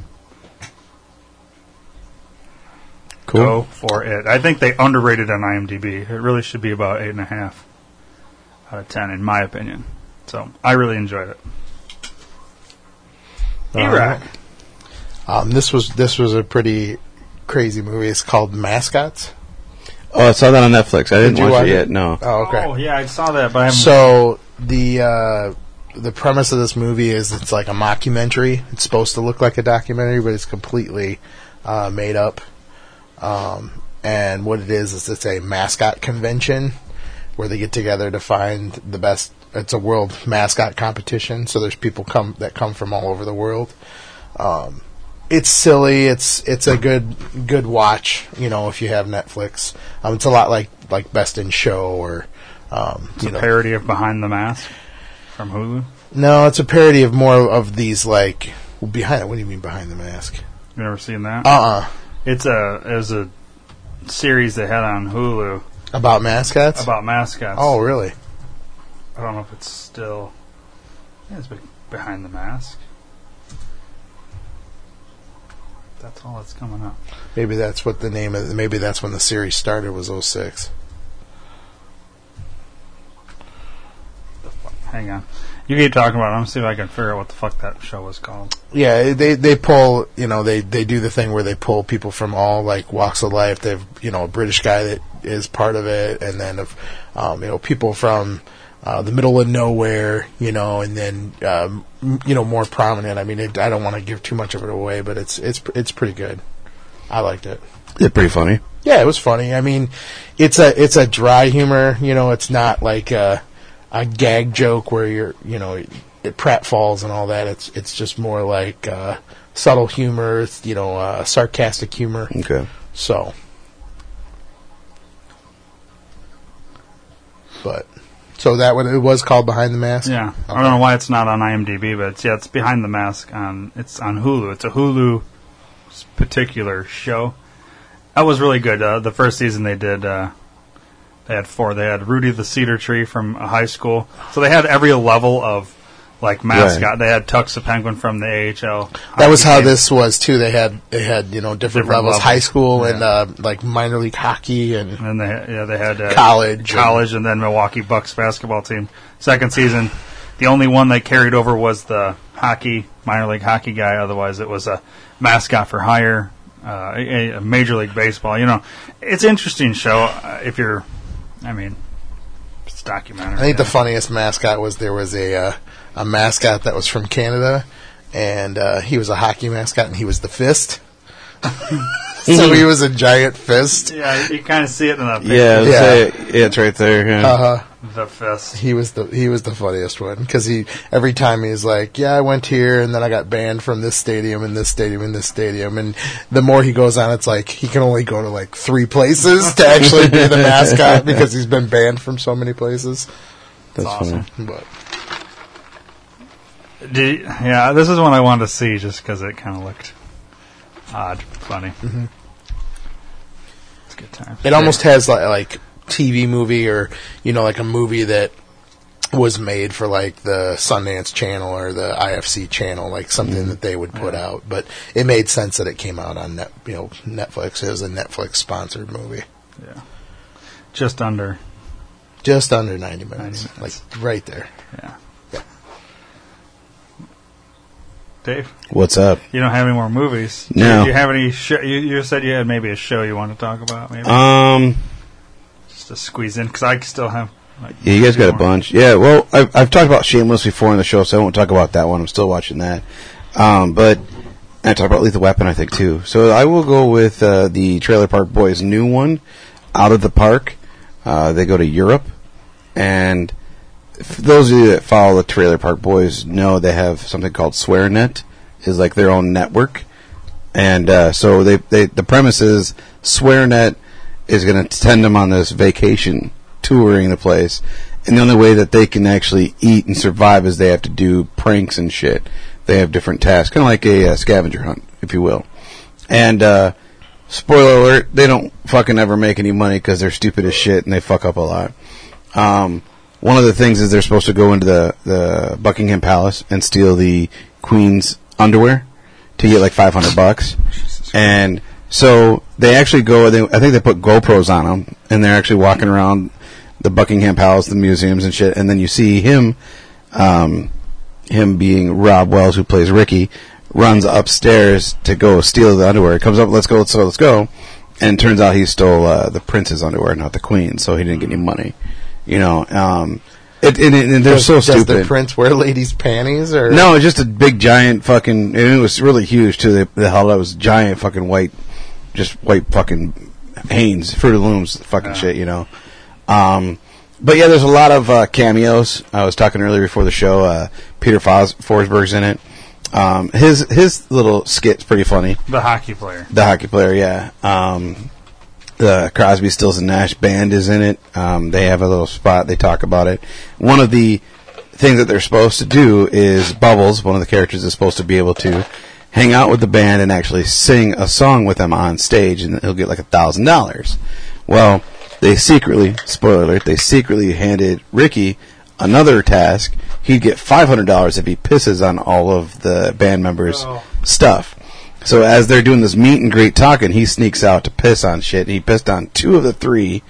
cool.
Go for it. I think they underrated on IMDb. It really should be about eight and a half out of ten, in my opinion. So I really enjoyed it. Uh,
All
Iraq.
right. Um, this was this was a pretty crazy movie. It's called Mascots.
Oh, I saw that on Netflix. I didn't
Did you
watch,
watch
it
it?
yet. No.
Oh, okay.
Oh yeah, I saw that, but I haven't.
So the uh, the premise of this movie is it's like a mockumentary. It's supposed to look like a documentary, but it's completely uh, made up. Um, and what it is is it's a mascot convention where they get together to find the best. It's a world mascot competition, so there's people come that come from all over the world. Um, it's silly. It's it's a good good watch. You know, if you have Netflix, um, it's a lot like like Best in Show or um,
it's
you
a
know
parody of Behind the Mask from Hulu.
no, it's a parody of more of these like well, behind. What do you mean behind the mask?
You never seen that?
Uh uh
It's a it was a series they had on Hulu
About mascots?
about mascots.
oh, really?
I don't know if it's still. Yeah, it's be- behind the mask. That's all that's coming up.
Maybe that's what the name of. Maybe that's when the series started was 06.
Hang on. You keep talking about it. I'm going to see if I can figure out what the fuck that show was called.
Yeah, they they pull. You know, they they do the thing where they pull people from all like walks of life. They've you know a British guy that is part of it, and then of um, you know people from. Uh, the middle of nowhere, you know, and then um, m- you know more prominent. I mean, it, I don't want to give too much of it away, but it's it's pr- it's pretty good. I liked it.
It's pretty funny.
Yeah, it was funny. I mean, it's a it's a dry humor. You know, it's not like a, a gag joke where you're you know pratfalls and all that. It's it's just more like uh, subtle humor, it's, you know, uh, sarcastic humor.
Okay.
So, but so that one it was called Behind the Mask.
Yeah, I don't know why it's not on IMDb, but it's yeah, it's behind the mask on it's on Hulu. It's a Hulu s- particular show. That was really good. Uh, the first season they did, uh, they had four. They had Rudy the Cedar Tree from uh, high school, so they had every level of like mascot. They had Tux the Penguin from the AHL.
That was how
hockey team.
this was too. They had they had you know different,
Different
levels,
levels.
high school and uh, like minor league hockey and
And then they, yeah, they had uh,
College.
college, and then Milwaukee Bucks basketball team. Second season, the only one they carried over was the hockey minor league hockey guy. Otherwise, it was a mascot for hire, uh, a, a major league baseball. You know, it's an interesting show uh, if you're. I mean, it's documentary.
I think the funniest mascot was there was a uh, a mascot that was from Canada, and uh, he was a hockey mascot, and he was the fist. so he was a giant fist.
yeah, you kind of see it in the picture,
Yeah,
Yeah.
yeah. Uh-huh. yeah, it's right there. Yeah.
Uh,
the fist.
he was the he was the funniest one because he every time he's like, yeah, I went here, and then I got banned from this stadium and this stadium and this stadium. And the more he goes on, it's like he can only go to like three places to actually be the mascot because he's been banned from so many places.
That's
awesome.
funny.
But
Did, yeah, this is one I wanted to see just because it kind of looked odd, funny. It's good times.
Mm-hmm. It almost has like like TV movie or you know like a movie that was made for like the Sundance Channel or the IFC Channel, like something
Mm-hmm.
that they would put out. But it made sense that it came out on net, you know Netflix. It was a Netflix sponsored movie.
Yeah. Just under.
Just under ninety minutes,
90 minutes.
like right there.
Yeah. Dave,
What's up?
you don't have any more movies. Do you-
No.
Do you have any? Sh- you, you said you had maybe a show you want to talk about, maybe
Uh,
Um,
just to squeeze in because I still have. Like,
yeah, you guys
two
got a
more.
bunch. Yeah, well, I've, I've talked about Shameless before in the show, so I won't talk about that one. I'm still watching that. Um, but I talked about Lethal Weapon, I think, too. So I will go with uh, the Trailer Park Boys' new one, Out of the Park. Uh, they go to Europe, and for those of you that follow the Trailer Park Boys know they have something called SwearNet, is like their own network, and uh, so they, they the premise is SwearNet is going to send them on this vacation touring the place, and the only way that they can actually eat and survive is they have to do pranks and shit. They have different tasks, kind of like a, uh scavenger hunt, if you will. And uh, spoiler alert, they don't fucking ever make any money because they're stupid as shit and they fuck up a lot. Um, one of the things is they're supposed to go into the, the Buckingham Palace and steal the Queen's underwear to get like 500 bucks. And so they actually go, they, I think they put GoPros on them and they're actually walking around the Buckingham Palace, the museums and shit. And then you see him, um, him being Rob Wells, who plays Ricky, runs upstairs to go steal the underwear. Comes up, let's go, let's go, let's go. And turns out he stole uh, the prince's underwear, not the queen, so he didn't get any money. You know, um, it, and, and- and they're
Does-
so
does
stupid.
the prince wear ladies' panties or
No, it's just a big giant fucking. And it was really huge too. They, they held out was giant fucking white, just white fucking Hanes, Fruit of the Looms, fucking shit. You know. Um, but yeah, there's a lot of uh, cameos. I was talking earlier before the show. Uh, Peter Fos- Forsberg's in it. Um, his his little skit's pretty funny.
The hockey player.
The hockey player, yeah. Um, the Crosby, Stills, and Nash band is in it. Um, they have a little spot. They talk about it. One of the things that they're supposed to do is Bubbles, one of the characters, is supposed to be able to hang out with the band and actually sing a song with them on stage, and he'll get like a thousand dollars. Well, they secretly, spoiler alert, they secretly handed Ricky another task. He'd get five hundred dollars if he pisses on all of the band members'
Oh.
stuff. So as they're doing this meet and greet talking, he sneaks out to piss on shit. He pissed on two of the three,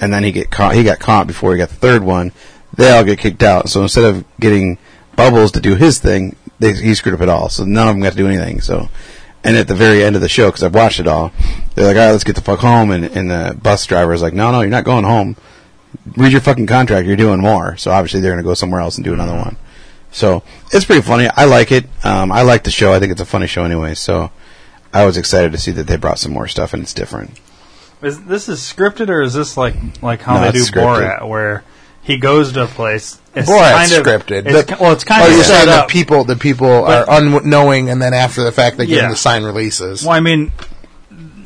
and then he get caught. He got caught before he got the third one. They all get kicked out. So instead of getting Bubbles to do his thing, they, he screwed up it all. So none of them got to do anything. So, and at the very end of the show, because I've watched it all, they're like, "All right, let's get the fuck home." And, and the bus driver's like, "No, no, you're not going home. Read your fucking contract. You're doing more." So obviously they're gonna go somewhere else and do another one. So it's pretty funny. I like it. Um, I like the show. I think it's a funny show anyway. So I was excited to see that they brought some more stuff and it's different.
Is this is scripted or is this like like how
No,
they do
it's scripted.
Borat, where he goes to a place. It's
Boy,
kind
it's
of
scripted.
It's,
The-
ki- well, it's kind
oh,
of
you're
set
saying the
up.
people, the people
But-
are unknowing, and then after the fact, they give
Yeah.
them the sign releases.
well, I mean,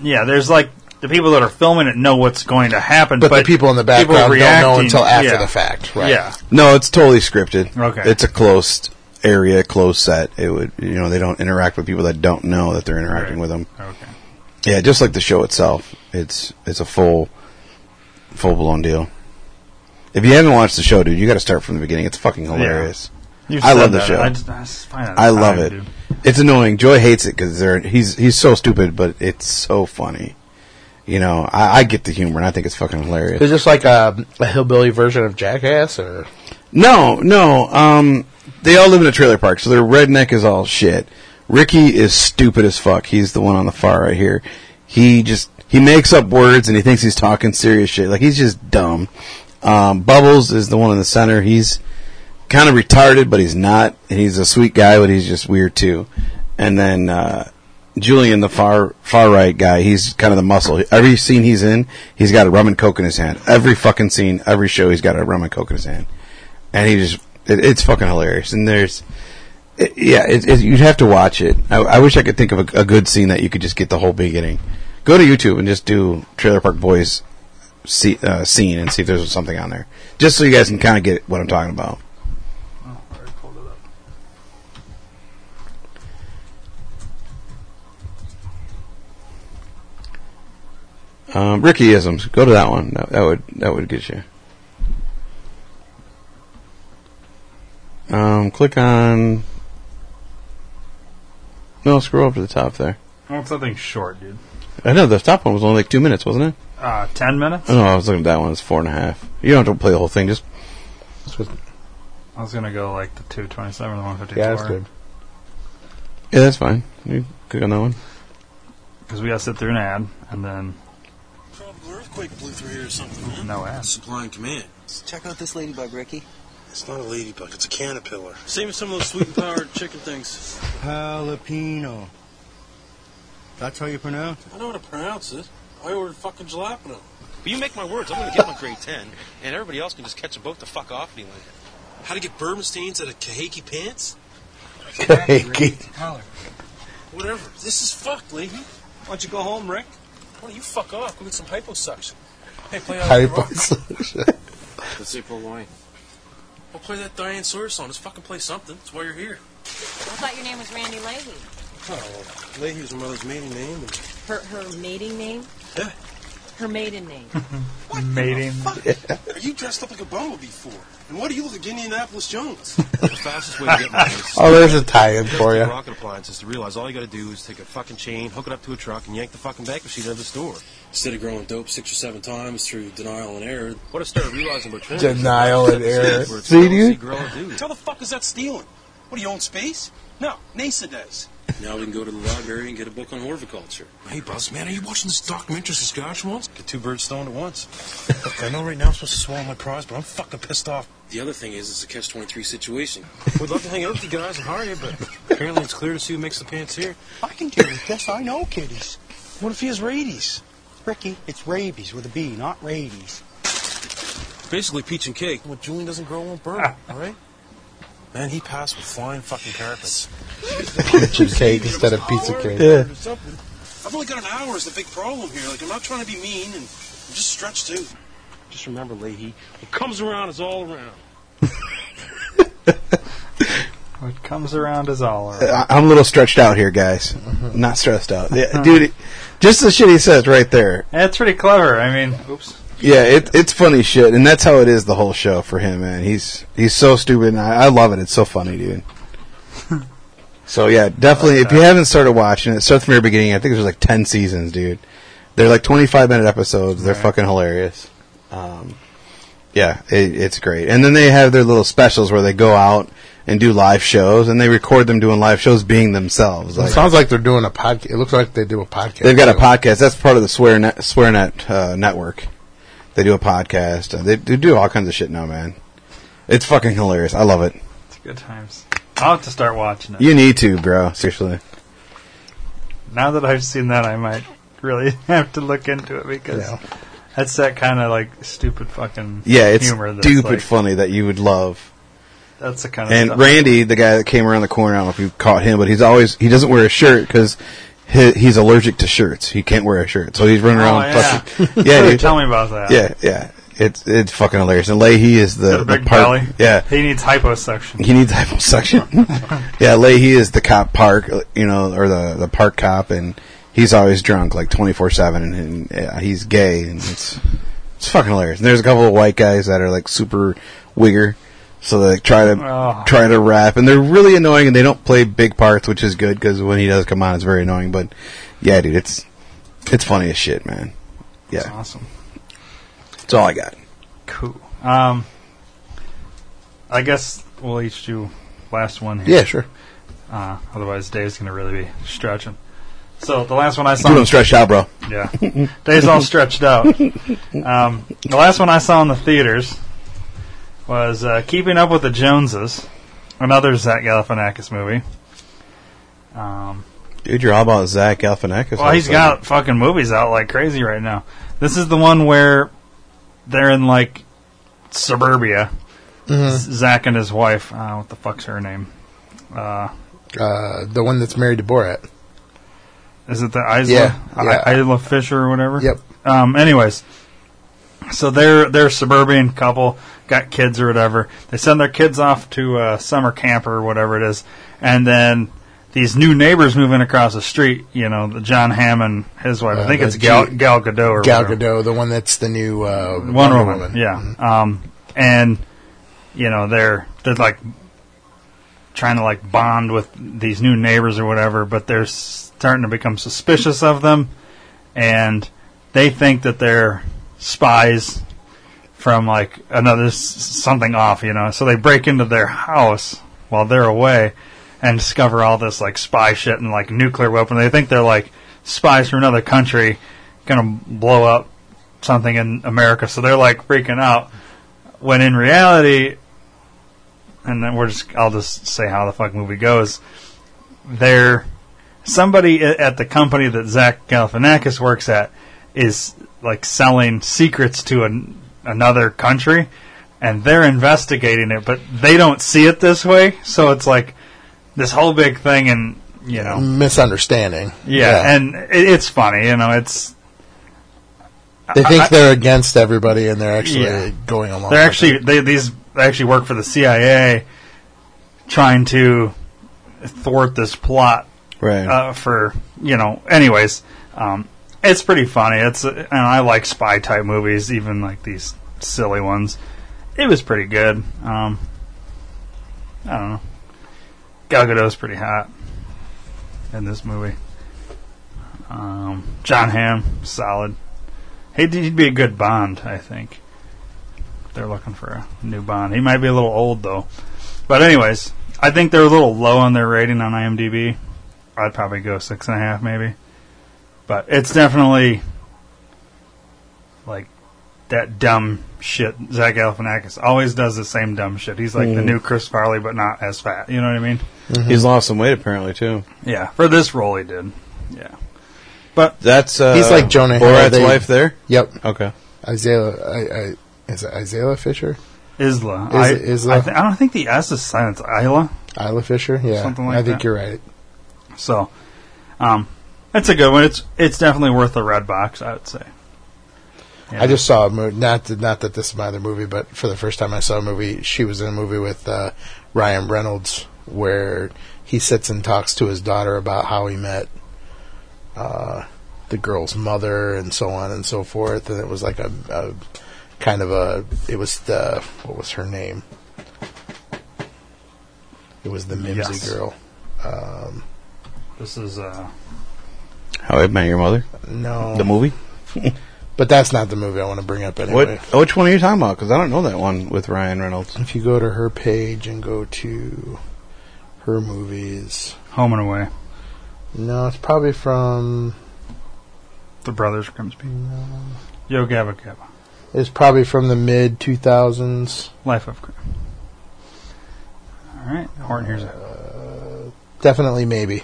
yeah, there's like the people that are filming it know what's going to happen,
but,
but,
the people in the background don't know
reacting-
until after
yeah.
the fact, right?
Yeah,
No, it's totally scripted.
Okay.
It's a closed area, closed set. It would, you know, they don't interact with people that don't know that they're interacting
Right.
with them.
okay.
Yeah, just like the show itself. It's it's a full full blown deal. If you haven't watched the show, dude, you got to start from the beginning. It's fucking hilarious.
You've
I
said
love the
that.
show.
I, just, I, just find it
I love
time,
it.
dude.
It's annoying. Joy hates it because they're he's he's so stupid, but it's so funny. You know, I, I get the humor and I think it's fucking hilarious.
It's just like a, a hillbilly version of Jackass, or
No, no. Um, they all live in a trailer park, so their redneck is all shit. Ricky is stupid as fuck. He's the one on the far right here. He just he makes up words and he thinks he's talking serious shit. Like he's just dumb. Um, Bubbles is the one in the center. He's kind of retarded, but he's not. He's a sweet guy, but he's just weird too. And then uh, Julian, the far far right guy, he's kind of the muscle. Every scene he's in, he's got a rum and coke in his hand. Every fucking scene, every show, he's got a rum and coke in his hand, and he just it, it's fucking hilarious. And there's. It, yeah, it, it, you'd have to watch it. I, I wish I could think of a, a good scene that you could just get the whole beginning. Go to YouTube and just do Trailer Park Boys see, uh, scene and see if there's something on there, just so you guys can kind of get what I'm talking about. Um, Ricky isms. Go to that one. That, that would that would get you. Um, click on. No, scroll up to the top there.
Well, something short, dude.
I know the top one was only like two minutes, wasn't it?
Uh, ten minutes.
Oh, no, I was looking at that one. It's four and a half. You don't have to play the whole thing. Just
I was gonna go like the two twenty seven, the one fifty
yeah, that's
four,
good.
yeah, that's fine. You click on that one.
because we gotta sit through an ad and then
Probably earthquake blew through here or something. huh?
no ad.
Supply and command.
Check out this ladybug, Ricky.
It's not a ladybug. It's a caterpillar.
Same as some of those sweet and powered chicken things.
Jalapeno. That's how you pronounce it.
I know how to pronounce it. I ordered fucking jalapeno.
But you make my words. I'm going to give him a grade 10, and everybody else can just catch a boat the fuck off anyway.
How to get bourbon stains out of kahiki pants? Whatever. This is fucked, lady.
Why don't you go home, Rick?
Why don't you fuck off? Go get some hyposuction. Hey, play out
Harry
of the rock.
Potter.
Let's see for wine.
Well, play that Diane Sawyer song. Just fucking play something. That's why you're here.
I thought your name was Randy Leahy.
Oh, Leahy was my mother's maiden name. And
Her her maiden name?
Yeah.
Her maiden name.
Mating.
are you dressed up like a bumblebee for? And what do you look like Indianapolis Jones?
The fastest way to get money is
oh, there's a tie-in
just
for
the
you.
rocket appliances to realize all you got to do is take a fucking chain, hook it up to a truck, and yank the fucking back machine out of the store.
Instead of growing dope six or seven times through denial and error,
What if start realizing what trend
Denial and error.
See,
See, dude.
dude?
How the fuck is that stealing? What do you own space? No, NASA does.
now we can go to the library and get a book on horticulture. Hey, Buzz, man, are you watching this documentary Saskatchewan?
Get two birds stoned at once.
Look, I know right now I'm supposed to swallow my prize, but I'm fucking pissed off.
The other thing is, it's a catch-23 situation.
We'd love to hang out with you guys and hire you, but apparently it's clear to see who makes the pants here.
I can deal with this. I know kitties. What if he has rabies? Ricky, it's rabies with a B, not rabies.
Basically, peach and cake. Ah.
What Julian doesn't grow won't burn, all right? Man, he passed with flying fucking carpets.
Peach and cake instead of pizza cake.
or something. I've only got an hour is the big problem here. Like, I'm not trying to be mean, and I'm just stretched too.
Just remember, Leahy, what comes around is all around.
What comes around is all around.
I- I'm a little stretched out here, guys. Not stressed out, yeah, dude. it- Just the shit he says right there.
And it's pretty clever. I mean, oops.
Yeah, it, it's funny shit, and that's how it is the whole show for him, man. He's he's so stupid, and I, I love it. It's so funny, dude. so yeah, definitely. If you haven't started watching it, start from your beginning. I think there's like ten seasons, dude. They're like 25 minute episodes. They're fucking hilarious. Um, yeah, it, it's great. And then they have their little specials where they go out and do live shows, and they record them doing live shows being themselves.
It
Like,
sounds like they're doing a podcast. It looks like they do a podcast.
They've got a podcast. That's part of the SwearNet, SwearNet uh, network. They do a podcast. Uh, they, they do all kinds of shit now, man. It's fucking hilarious. I love it.
It's good times. I'll have to start watching it.
You need to, bro. Seriously.
Now that I've seen that, I might really have to look into it because That's that kind of like stupid fucking
Yeah, it's
humor that's,
stupid
like-
funny that you would love.
That's the kind of
And
stuff.
Randy, the guy that came around the corner, I don't know if you caught him, but he's always he doesn't wear a shirt because he, he's allergic to shirts. He can't wear a shirt, so he's running
Oh,
around.
yeah.
Fucking, yeah, dude.
tell me about that.
yeah, yeah. It's it's fucking hilarious. And Leahy is the,
the big
park-
belly.
Yeah,
he needs hyposuction.
He needs hyposuction. yeah, Leahy is the cop park, you know, or the the park cop, and he's always drunk, like twenty four seven, and yeah, he's gay, and it's it's fucking hilarious. And there's a couple of white guys that are like super wigger, so they like, try to
Oh.
try to rap, and they're really annoying, and they don't play big parts, which is good because when he does come on, it's very annoying. But yeah, dude, it's it's funny as shit, man.
That's
Yeah,
awesome.
that's all I got.
Cool. Um, I guess we'll each do last one here.
Yeah, sure.
Uh, otherwise, Dave's gonna really be stretching. So the last one I
You
saw,
don't stretch out, bro.
yeah, Dave's all stretched out. Um, the last one I saw in the theaters was uh, Keeping Up with the Joneses, another Zach Galifianakis movie. Um,
Dude, you're all about Zach Galifianakis.
well, he's got fucking movies out like crazy right now. This is the one where they're in like suburbia. Zach and his wife. Uh, what the fuck's her name? Uh,
Uh, the one that's married to Borat.
is it the Isla?
Yeah, yeah.
I- Isla Fisher or whatever.
Yep.
Um. Anyways, so they're they're a suburban couple, got kids or whatever. They send their kids off to uh, summer camp or whatever it is, and then these new neighbors moving across the street. You know, the John Hammond, his wife. I
Uh,
think
the
it's Gal,
G-
Gal Gadot or
Gal
whatever.
Gadot, the one that's the new uh,
Wonder, Woman. Yeah. Um, and you know they're they're like trying to like bond with these new neighbors or whatever, but they're starting to become suspicious of them, and they think that they're spies from like another s- something off, you know. So they break into their house while they're away and discover all this like spy shit and like nuclear weapon. They think they're like spies from another country, gonna blow up something in America. So they're like freaking out. When in reality, and then we're just I'll just say how the fuck movie goes. There, somebody a- at the company that Zach Galifianakis works at is like selling secrets to an, another country, and they're investigating it, but they don't see it this way. So it's like this whole big thing, and you know,
Mm-hmm. Misunderstanding.
yeah, and it, it's funny, you know, it's
they think
I-
they're against everybody, and they're actually
Yeah.
going along.
They're
with
actually
it.
they these they actually work for the CIA, trying to thwart this plot
Right.
uh, for you know. Anyways, um, it's pretty funny. It's uh, and I like spy type movies, even like these silly ones. It was pretty good. Um, I don't know. Gal Gadot's pretty hot in this movie. Um, John Hamm, solid. He'd, he'd be a good Bond, I think. They're looking for a new Bond. He might be a little old though. But anyways, I think they're a little low on their rating on IMDb. I'd probably go six and a half, maybe. But it's definitely like that dumb shit. Zach Galifianakis always does the same dumb shit. He's like
Mm.
the new Chris Farley, but not as fat. You know what I mean?
He's lost some weight apparently too.
Yeah. For this role, he did. Yeah.
That's uh,
He's like Jonah Hill.
Borat's
They-
wife there.
Yep.
Okay,
Isaiah, I, I, is it Isaiah Fisher?
Isla.
Is-
I,
Isla.
I, thi- I don't think the S is silent. It's Isla.
Isla Fisher? Yeah.
Something like
I think
that.
you're right.
So, um, it's a good one. It's it's definitely worth the red box. I would say. Yeah.
I just saw a movie, not, that- not that this is my other movie, but for the first time I saw a movie, she was in a movie with uh, Ryan Reynolds where he sits and talks to his daughter about how he met uh, the girl's mother and so on and so forth. And it was like a, a kind of a, it was the, what was her name? It was the Mimsy
Yes.
girl. Um,
this is uh,
How I Met Your Mother,
no.
the movie.
But that's not the movie I want to bring up anyway.
What? Which one are you talking about? Because I don't know that one with Ryan Reynolds.
If you go to her page and go to her movies,
Home and Away.
no, it's probably from
The Brothers Grimsby. Yo Gabba Gabba.
it's probably from the mid two thousands.
Life of Crime. All right, Horton. Here's a
Definitely, maybe.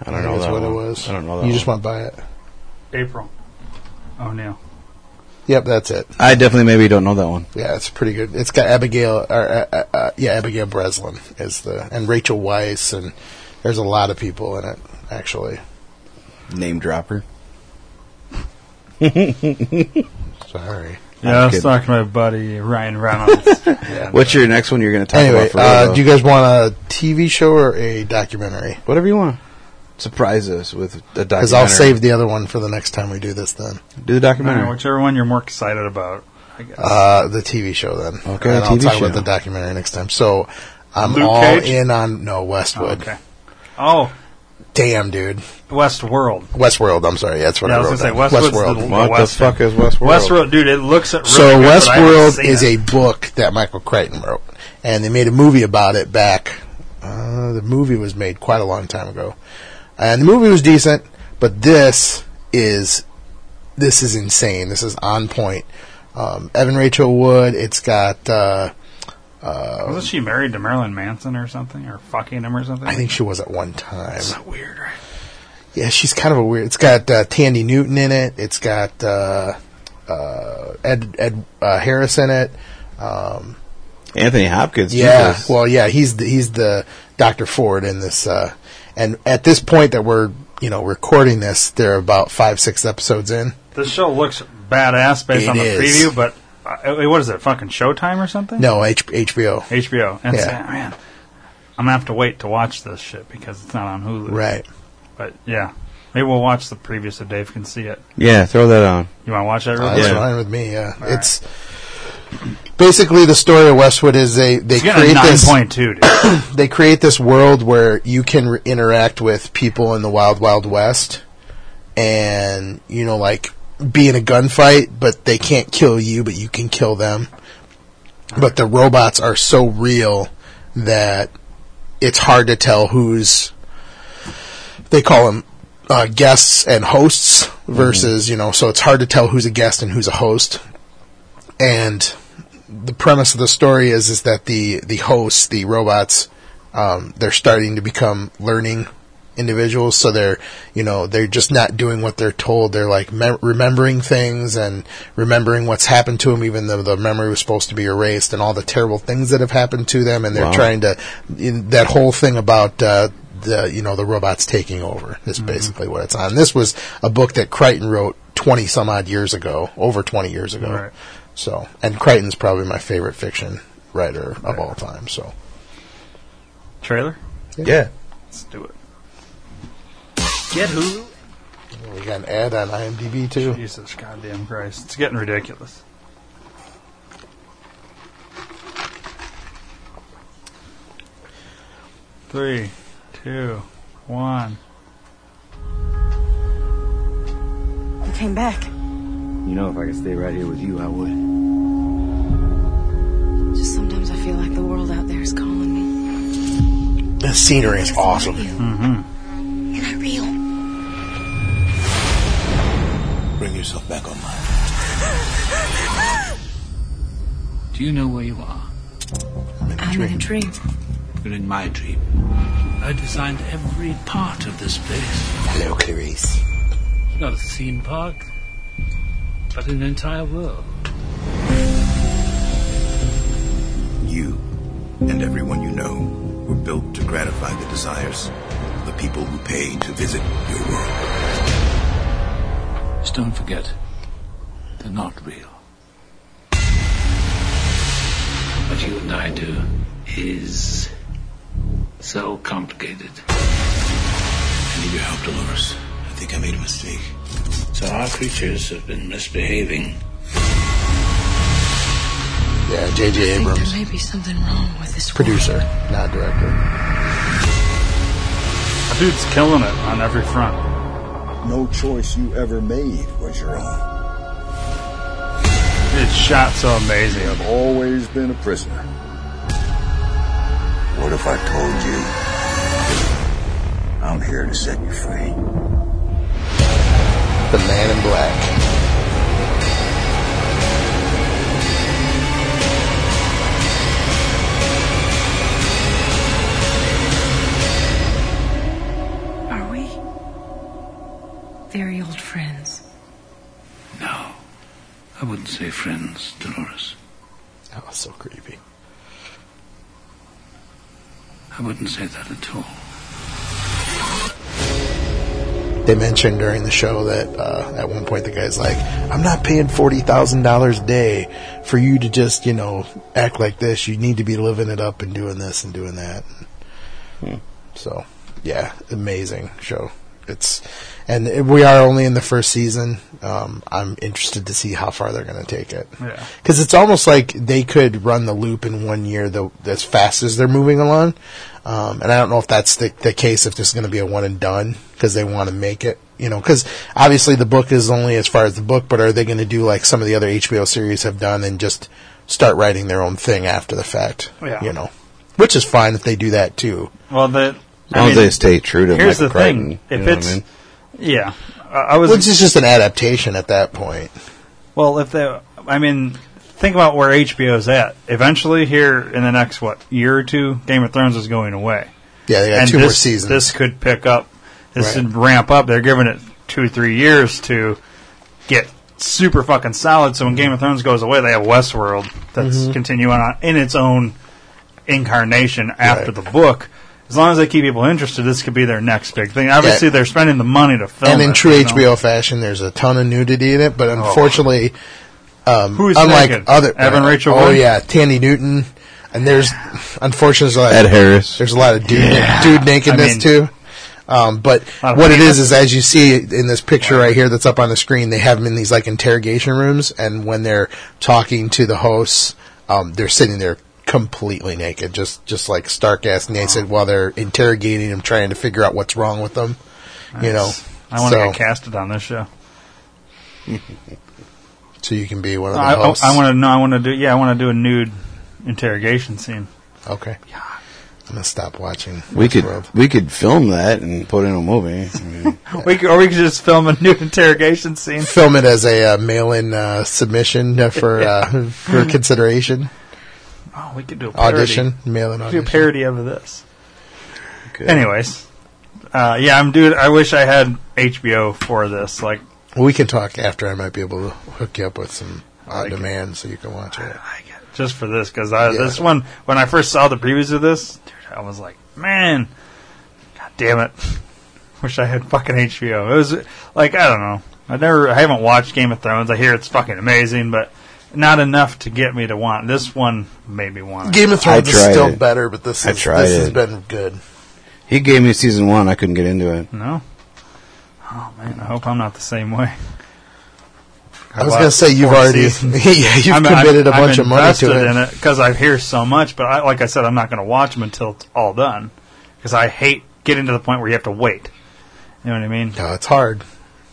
I don't
think
know
that's
that
what
one.
it was.
I don't know that.
You just
one.
went by it.
Oh, April O'Neill.
Yep, that's it.
I definitely maybe don't know that one.
Yeah, it's pretty good. It's got Abigail, or uh, uh, uh, yeah, Abigail Breslin is the, and Rachel Weisz, and there's a lot of people in it actually.
Name dropper.
Sorry.
Yeah, I was
kidding.
talking to my buddy Ryan Reynolds.
Yeah.
What's your next one you're going to talk about?
anyway,
For real,
uh,
though?
do you guys want a TV show or a documentary?
whatever you want. Surprise us with a documentary.
Because I'll save the other one for the next time we do this. Then
do the
All right,
documentary.
whichever one you're more excited about, I guess.
uh, the TV show. Then
Okay,
and I'll
TV
talk
show.
about the documentary next time. So I'm
Luke
all
Cage?
in on no Westwood.
okay. Oh,
Damn, dude,
Westworld.
Westworld. I'm sorry, that's what
Yeah,
I
I was
wrote.
gonna
down.
say, Westwood's the
Westworld.
l-
what the
Western.
fuck is Westworld?
Westworld, dude, it looks really
So
good, but I haven't
Westworld
seen
is
it.
a book that Michael Crichton wrote, and they made a movie about it back. Uh, the movie was made quite a long time ago, and the movie was decent, but this is this is insane. This is on point. Um, Evan Rachel Wood. It's got. Uh,
Wasn't she married to Marilyn Manson or something, or fucking him or something?
I think she was at one time.
weird.
Yeah, she's kind of a weird. It's got uh, Tandy Newton in it. It's got uh, uh, Ed Ed uh, Harris in it. Um,
Anthony Hopkins.
Yeah,
Jesus.
well, yeah, he's the, he's the Doctor Ford in this, uh, and at this point that we're you know recording this, they're about five six episodes in.
This show looks badass based
It
on the
is.
preview, but uh, what is it? Fucking Showtime or something?
No, H- HBO,
HBO. And
Yeah.
so, man, I'm gonna have to wait to watch this shit because it's not on Hulu.
right?
But yeah, maybe we'll watch the preview so Dave can see it.
yeah. Throw that on.
You want to watch that? Real
Uh,
quick?
That's
Yeah.
fine with me. Yeah, it's basically the story of Westwood is they they
It's getting a
create
nine
this
point two.
they create this world where you can re- interact with people in the wild wild west and you know like be in a gunfight but they can't kill you but you can kill them but the robots are so real that it's hard to tell who's they call them uh, guests and hosts versus you know so it's hard to tell who's a guest and who's a host and the premise of the story is is that the the hosts, the robots, um, they're starting to become learning individuals. So they're you know they're just not doing what they're told. They're like mem- remembering things and remembering what's happened to them, even though the memory was supposed to be erased, and all the terrible things that have happened to them. And they're
Wow.
trying to in, that whole thing about. Uh, the you know the robots taking over is basically what it's on. This was a book that Crichton wrote twenty some odd years ago, over twenty years ago.
Right.
So, and Crichton's probably my favorite fiction writer of all time. So,
Trailer.
Yeah.
Let's do it.
Get Hulu.
we got an ad on IMDb too.
Jesus goddamn Christ! It's getting ridiculous. Three, two, one.
You came back.
You know, if I could stay right here with you, I would.
Just sometimes I feel like the world out there is calling me.
The scenery is awesome.
And I reel.
Bring yourself back online.
Do you know where you are?
I'm in a dream.
You're in my dream. I designed every part of this place.
Hello, Clarice.
Not a theme park, but an entire world.
You and everyone you know were built to gratify the desires of the people who pay to visit your world.
Just don't forget, they're not real. What you and I do is so complicated.
I need your help, Dolores. I think I made a mistake.
So our creatures have been misbehaving.
Yeah, J.J.
I think
Abrams,
there may be something wrong with this
producer, not director.
The dude's killing it on every front.
No choice you ever made was your own.
It's shot so amazing.
I've always been a prisoner. What if I told you I'm here to set you free?
The Man in Black.
world. Are we very old friends?
No. I wouldn't say friends, Dolores.
That was Oh, so creepy.
I wouldn't say that at all.
They mentioned during the show that uh, at one point the guy's like, "I'm not paying forty thousand dollars a day for you to just you know act like this. You need to be living it up and doing this and doing that." So, yeah, amazing show. It's and it- we are only in the first season. Um, I'm interested to see how far they're going to take it.
Yeah.
Because it's almost like they could run the loop in one year the, as fast as they're moving along. Um, and I don't know if that's the, the case, if this is going to be a one and done, because they want to make it, you know, because obviously the book is only as far as the book, but are they going to do like some of the other HBO series have done and just start writing their own thing after the fact?
Yeah.
You know, which is fine if they do that too.
Well, the
As long as they stay true to
Here's
Michael
the thing:
Crichton, you
if
know what I
it's
mean?
yeah, I, I was
Which is just an adaptation at that point.
Well, if they, I mean, think about where HBO's at. Eventually, here in the next what year or two, Game of Thrones is going away.
Yeah, they got
and
two
this,
more seasons.
This could pick up. This
Right.
could ramp up. They're giving it two, three years to get super fucking solid. So when Game of Thrones goes away, they have Westworld that's
Mm-hmm.
continuing on in its own incarnation after
Right.
the book. As long as they keep people interested, this could be their next big thing. Obviously,
Yeah.
they're spending the money to film.
and in
it,
true
you Oh, know?
HBO fashion, there's a ton of nudity in it, but unfortunately, um,
Who's
unlike
naked?
other
Evan Rachel
oh
Wood?
yeah, Tandy Newton, and there's unfortunately there's a lot
Ed
of,
Harris.
There's a lot of dude dude nakedness
I mean-
too. Um, but
Lot of
what it is
penis.
is, as you see in this picture right here that's up on the screen, they have them in these like interrogation rooms, and when they're talking to the hosts, um, they're sitting there completely naked, just just like stark ass naked, while they're interrogating them, trying to figure out what's wrong with them. You know,
I want to
So-
get casted on this show.
So you can be one of the
I,
hosts.
want to know. I want to do. Yeah, I want to do a nude interrogation scene.
okay. I'm gonna stop watching.
We could
Westworld.
we could film that and put it in a movie. I mean,
We could, or we could just film a nude interrogation scene.
film it as a uh, mail-in uh, submission uh, for uh, for consideration.
Oh, we could do a parody.
Audition, mail-in
We could
audition.
do a parody of this.
okay.
Anyways, uh, yeah, I'm dude. I wish I had HBO for this. Like,
we can talk after. I might be able to hook you up with some on
Like-
demand so you can watch it.
I get- just for this because I
Yeah.
this one when I first saw the previews of this, dude, I was like, man, god damn it, wish I had fucking HBO. It was like I don't know. I never, I haven't watched Game of Thrones. I hear it's fucking amazing, but not enough to get me to want. This one made me want. It.
Game of Thrones is
tried
still
it.
better, but this
I
is,
tried
this has
it.
been good.
He gave me season one. I couldn't get into it.
No. Oh man, I hope I'm not the same way.
I was gonna say you've
Four
already
seasons.
yeah, you've
I'm-
committed a
I'm-
bunch
I'm
of money to
invested
it.
in it because I hear so much. But I, like I said, I'm not going to watch them until it's all done because I hate getting to the point where you have to wait. You know what I mean?
No, it's hard.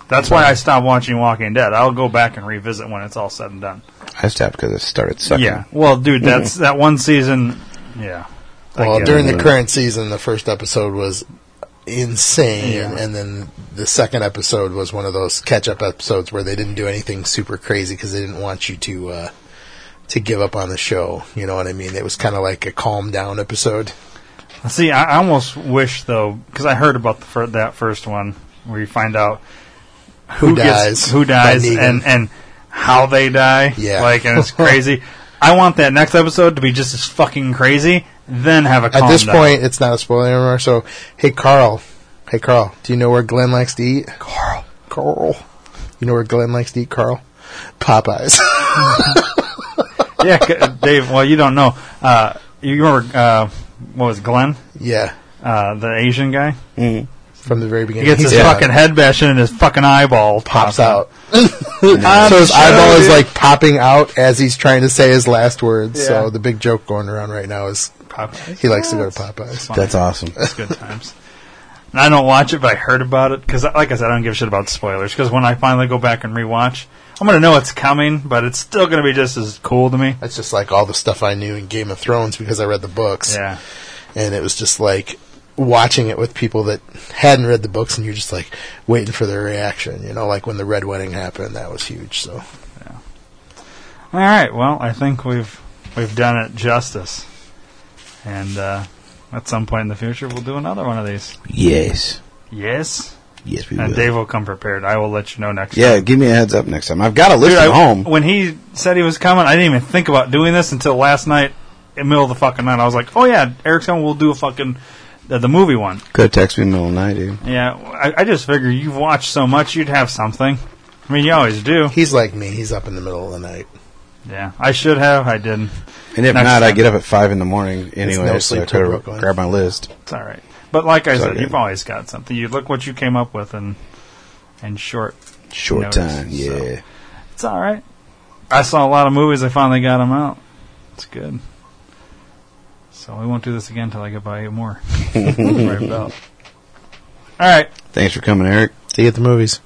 That's why I stopped watching Walking Dead. I'll go back and revisit when it's all said and done.
I stopped because it started sucking.
Yeah. Well, dude, that's that one season. Yeah. I
Mm-hmm. Well,
get
during
it.
the current season, the first episode was insane,
Yeah.
and then the second episode was one of those catch-up episodes where they didn't do anything super crazy because they didn't want you to uh, to give up on the show. You know what I mean? It was kind of like a calm down episode.
See, I I almost wish though, because I heard about the fir- that first one where you find out
Who, dies?
gets, who
by
dies,
Negan.
and and how they die.
Yeah.
like and it's crazy. I want that next episode to be just as fucking crazy. Then have a
at
calm
this
down.
point, it's not a spoiler anymore. So, hey Carl, hey Carl, do you know where Glenn likes to eat? Carl, Carl, you know where Glenn likes to eat? Carl, Popeyes.
yeah, c- Dave. Well, you don't know. Uh, you remember uh, what was it, Glenn,
yeah,
uh, the Asian guy?
from the very
He
beginning,
gets his
He's got-
fucking head bashed in and his fucking eyeball
pops out. so his eyeball is like popping out as he's trying to say his last words.
Yeah.
So the big joke going around right now is he likes to go to Popeyes.
Popeyes.
That's awesome.
It's good times. And I don't watch it, but I heard about it because, like I said, I don't give a shit about spoilers. Because when I finally go back and rewatch, I'm gonna know it's coming, but it's still gonna be just as cool to me.
That's just like all the stuff I knew in Game of Thrones because I read the books.
Yeah,
And it was just like watching it with people that hadn't read the books and you're just like waiting for their reaction. You know, like when the Red Wedding happened, that was huge. So
All right. Well, I think we've we've done it justice, and uh, at some point in the future, we'll do another one of these.
Yes.
Yes.
Yes, we
and
will.
Dave will come prepared. I will let you know next.
yeah,
time.
give me a heads up next time. I've got a list
Dude,
at
I-
home.
When he said he was coming, I didn't even think about doing this until last night, in the middle of the fucking night. I was like, oh yeah, Eric's coming. We'll do a fucking uh, the movie one.
Could text me in the middle of the night, dude.
Yeah, I, I just figure you've watched so much, you'd have something. I mean, you always do.
He's like me. He's up in the middle of the night.
Yeah, I should have. I didn't.
And if
Next
not, I
time.
get up at five in the morning anyway,
no
so
sleep
I
till
could
Brooklyn.
grab my list.
It's all right. But like I
It's all
said,
good.
you've always got something. You look what you came up with in in short
Short
notice,
time,
so.
yeah.
It's all right. I saw a lot of movies. I finally got them out. It's good. So we won't do this again until I get buy you more. right about. All right.
Thanks for coming, Eric.
See you at the movies.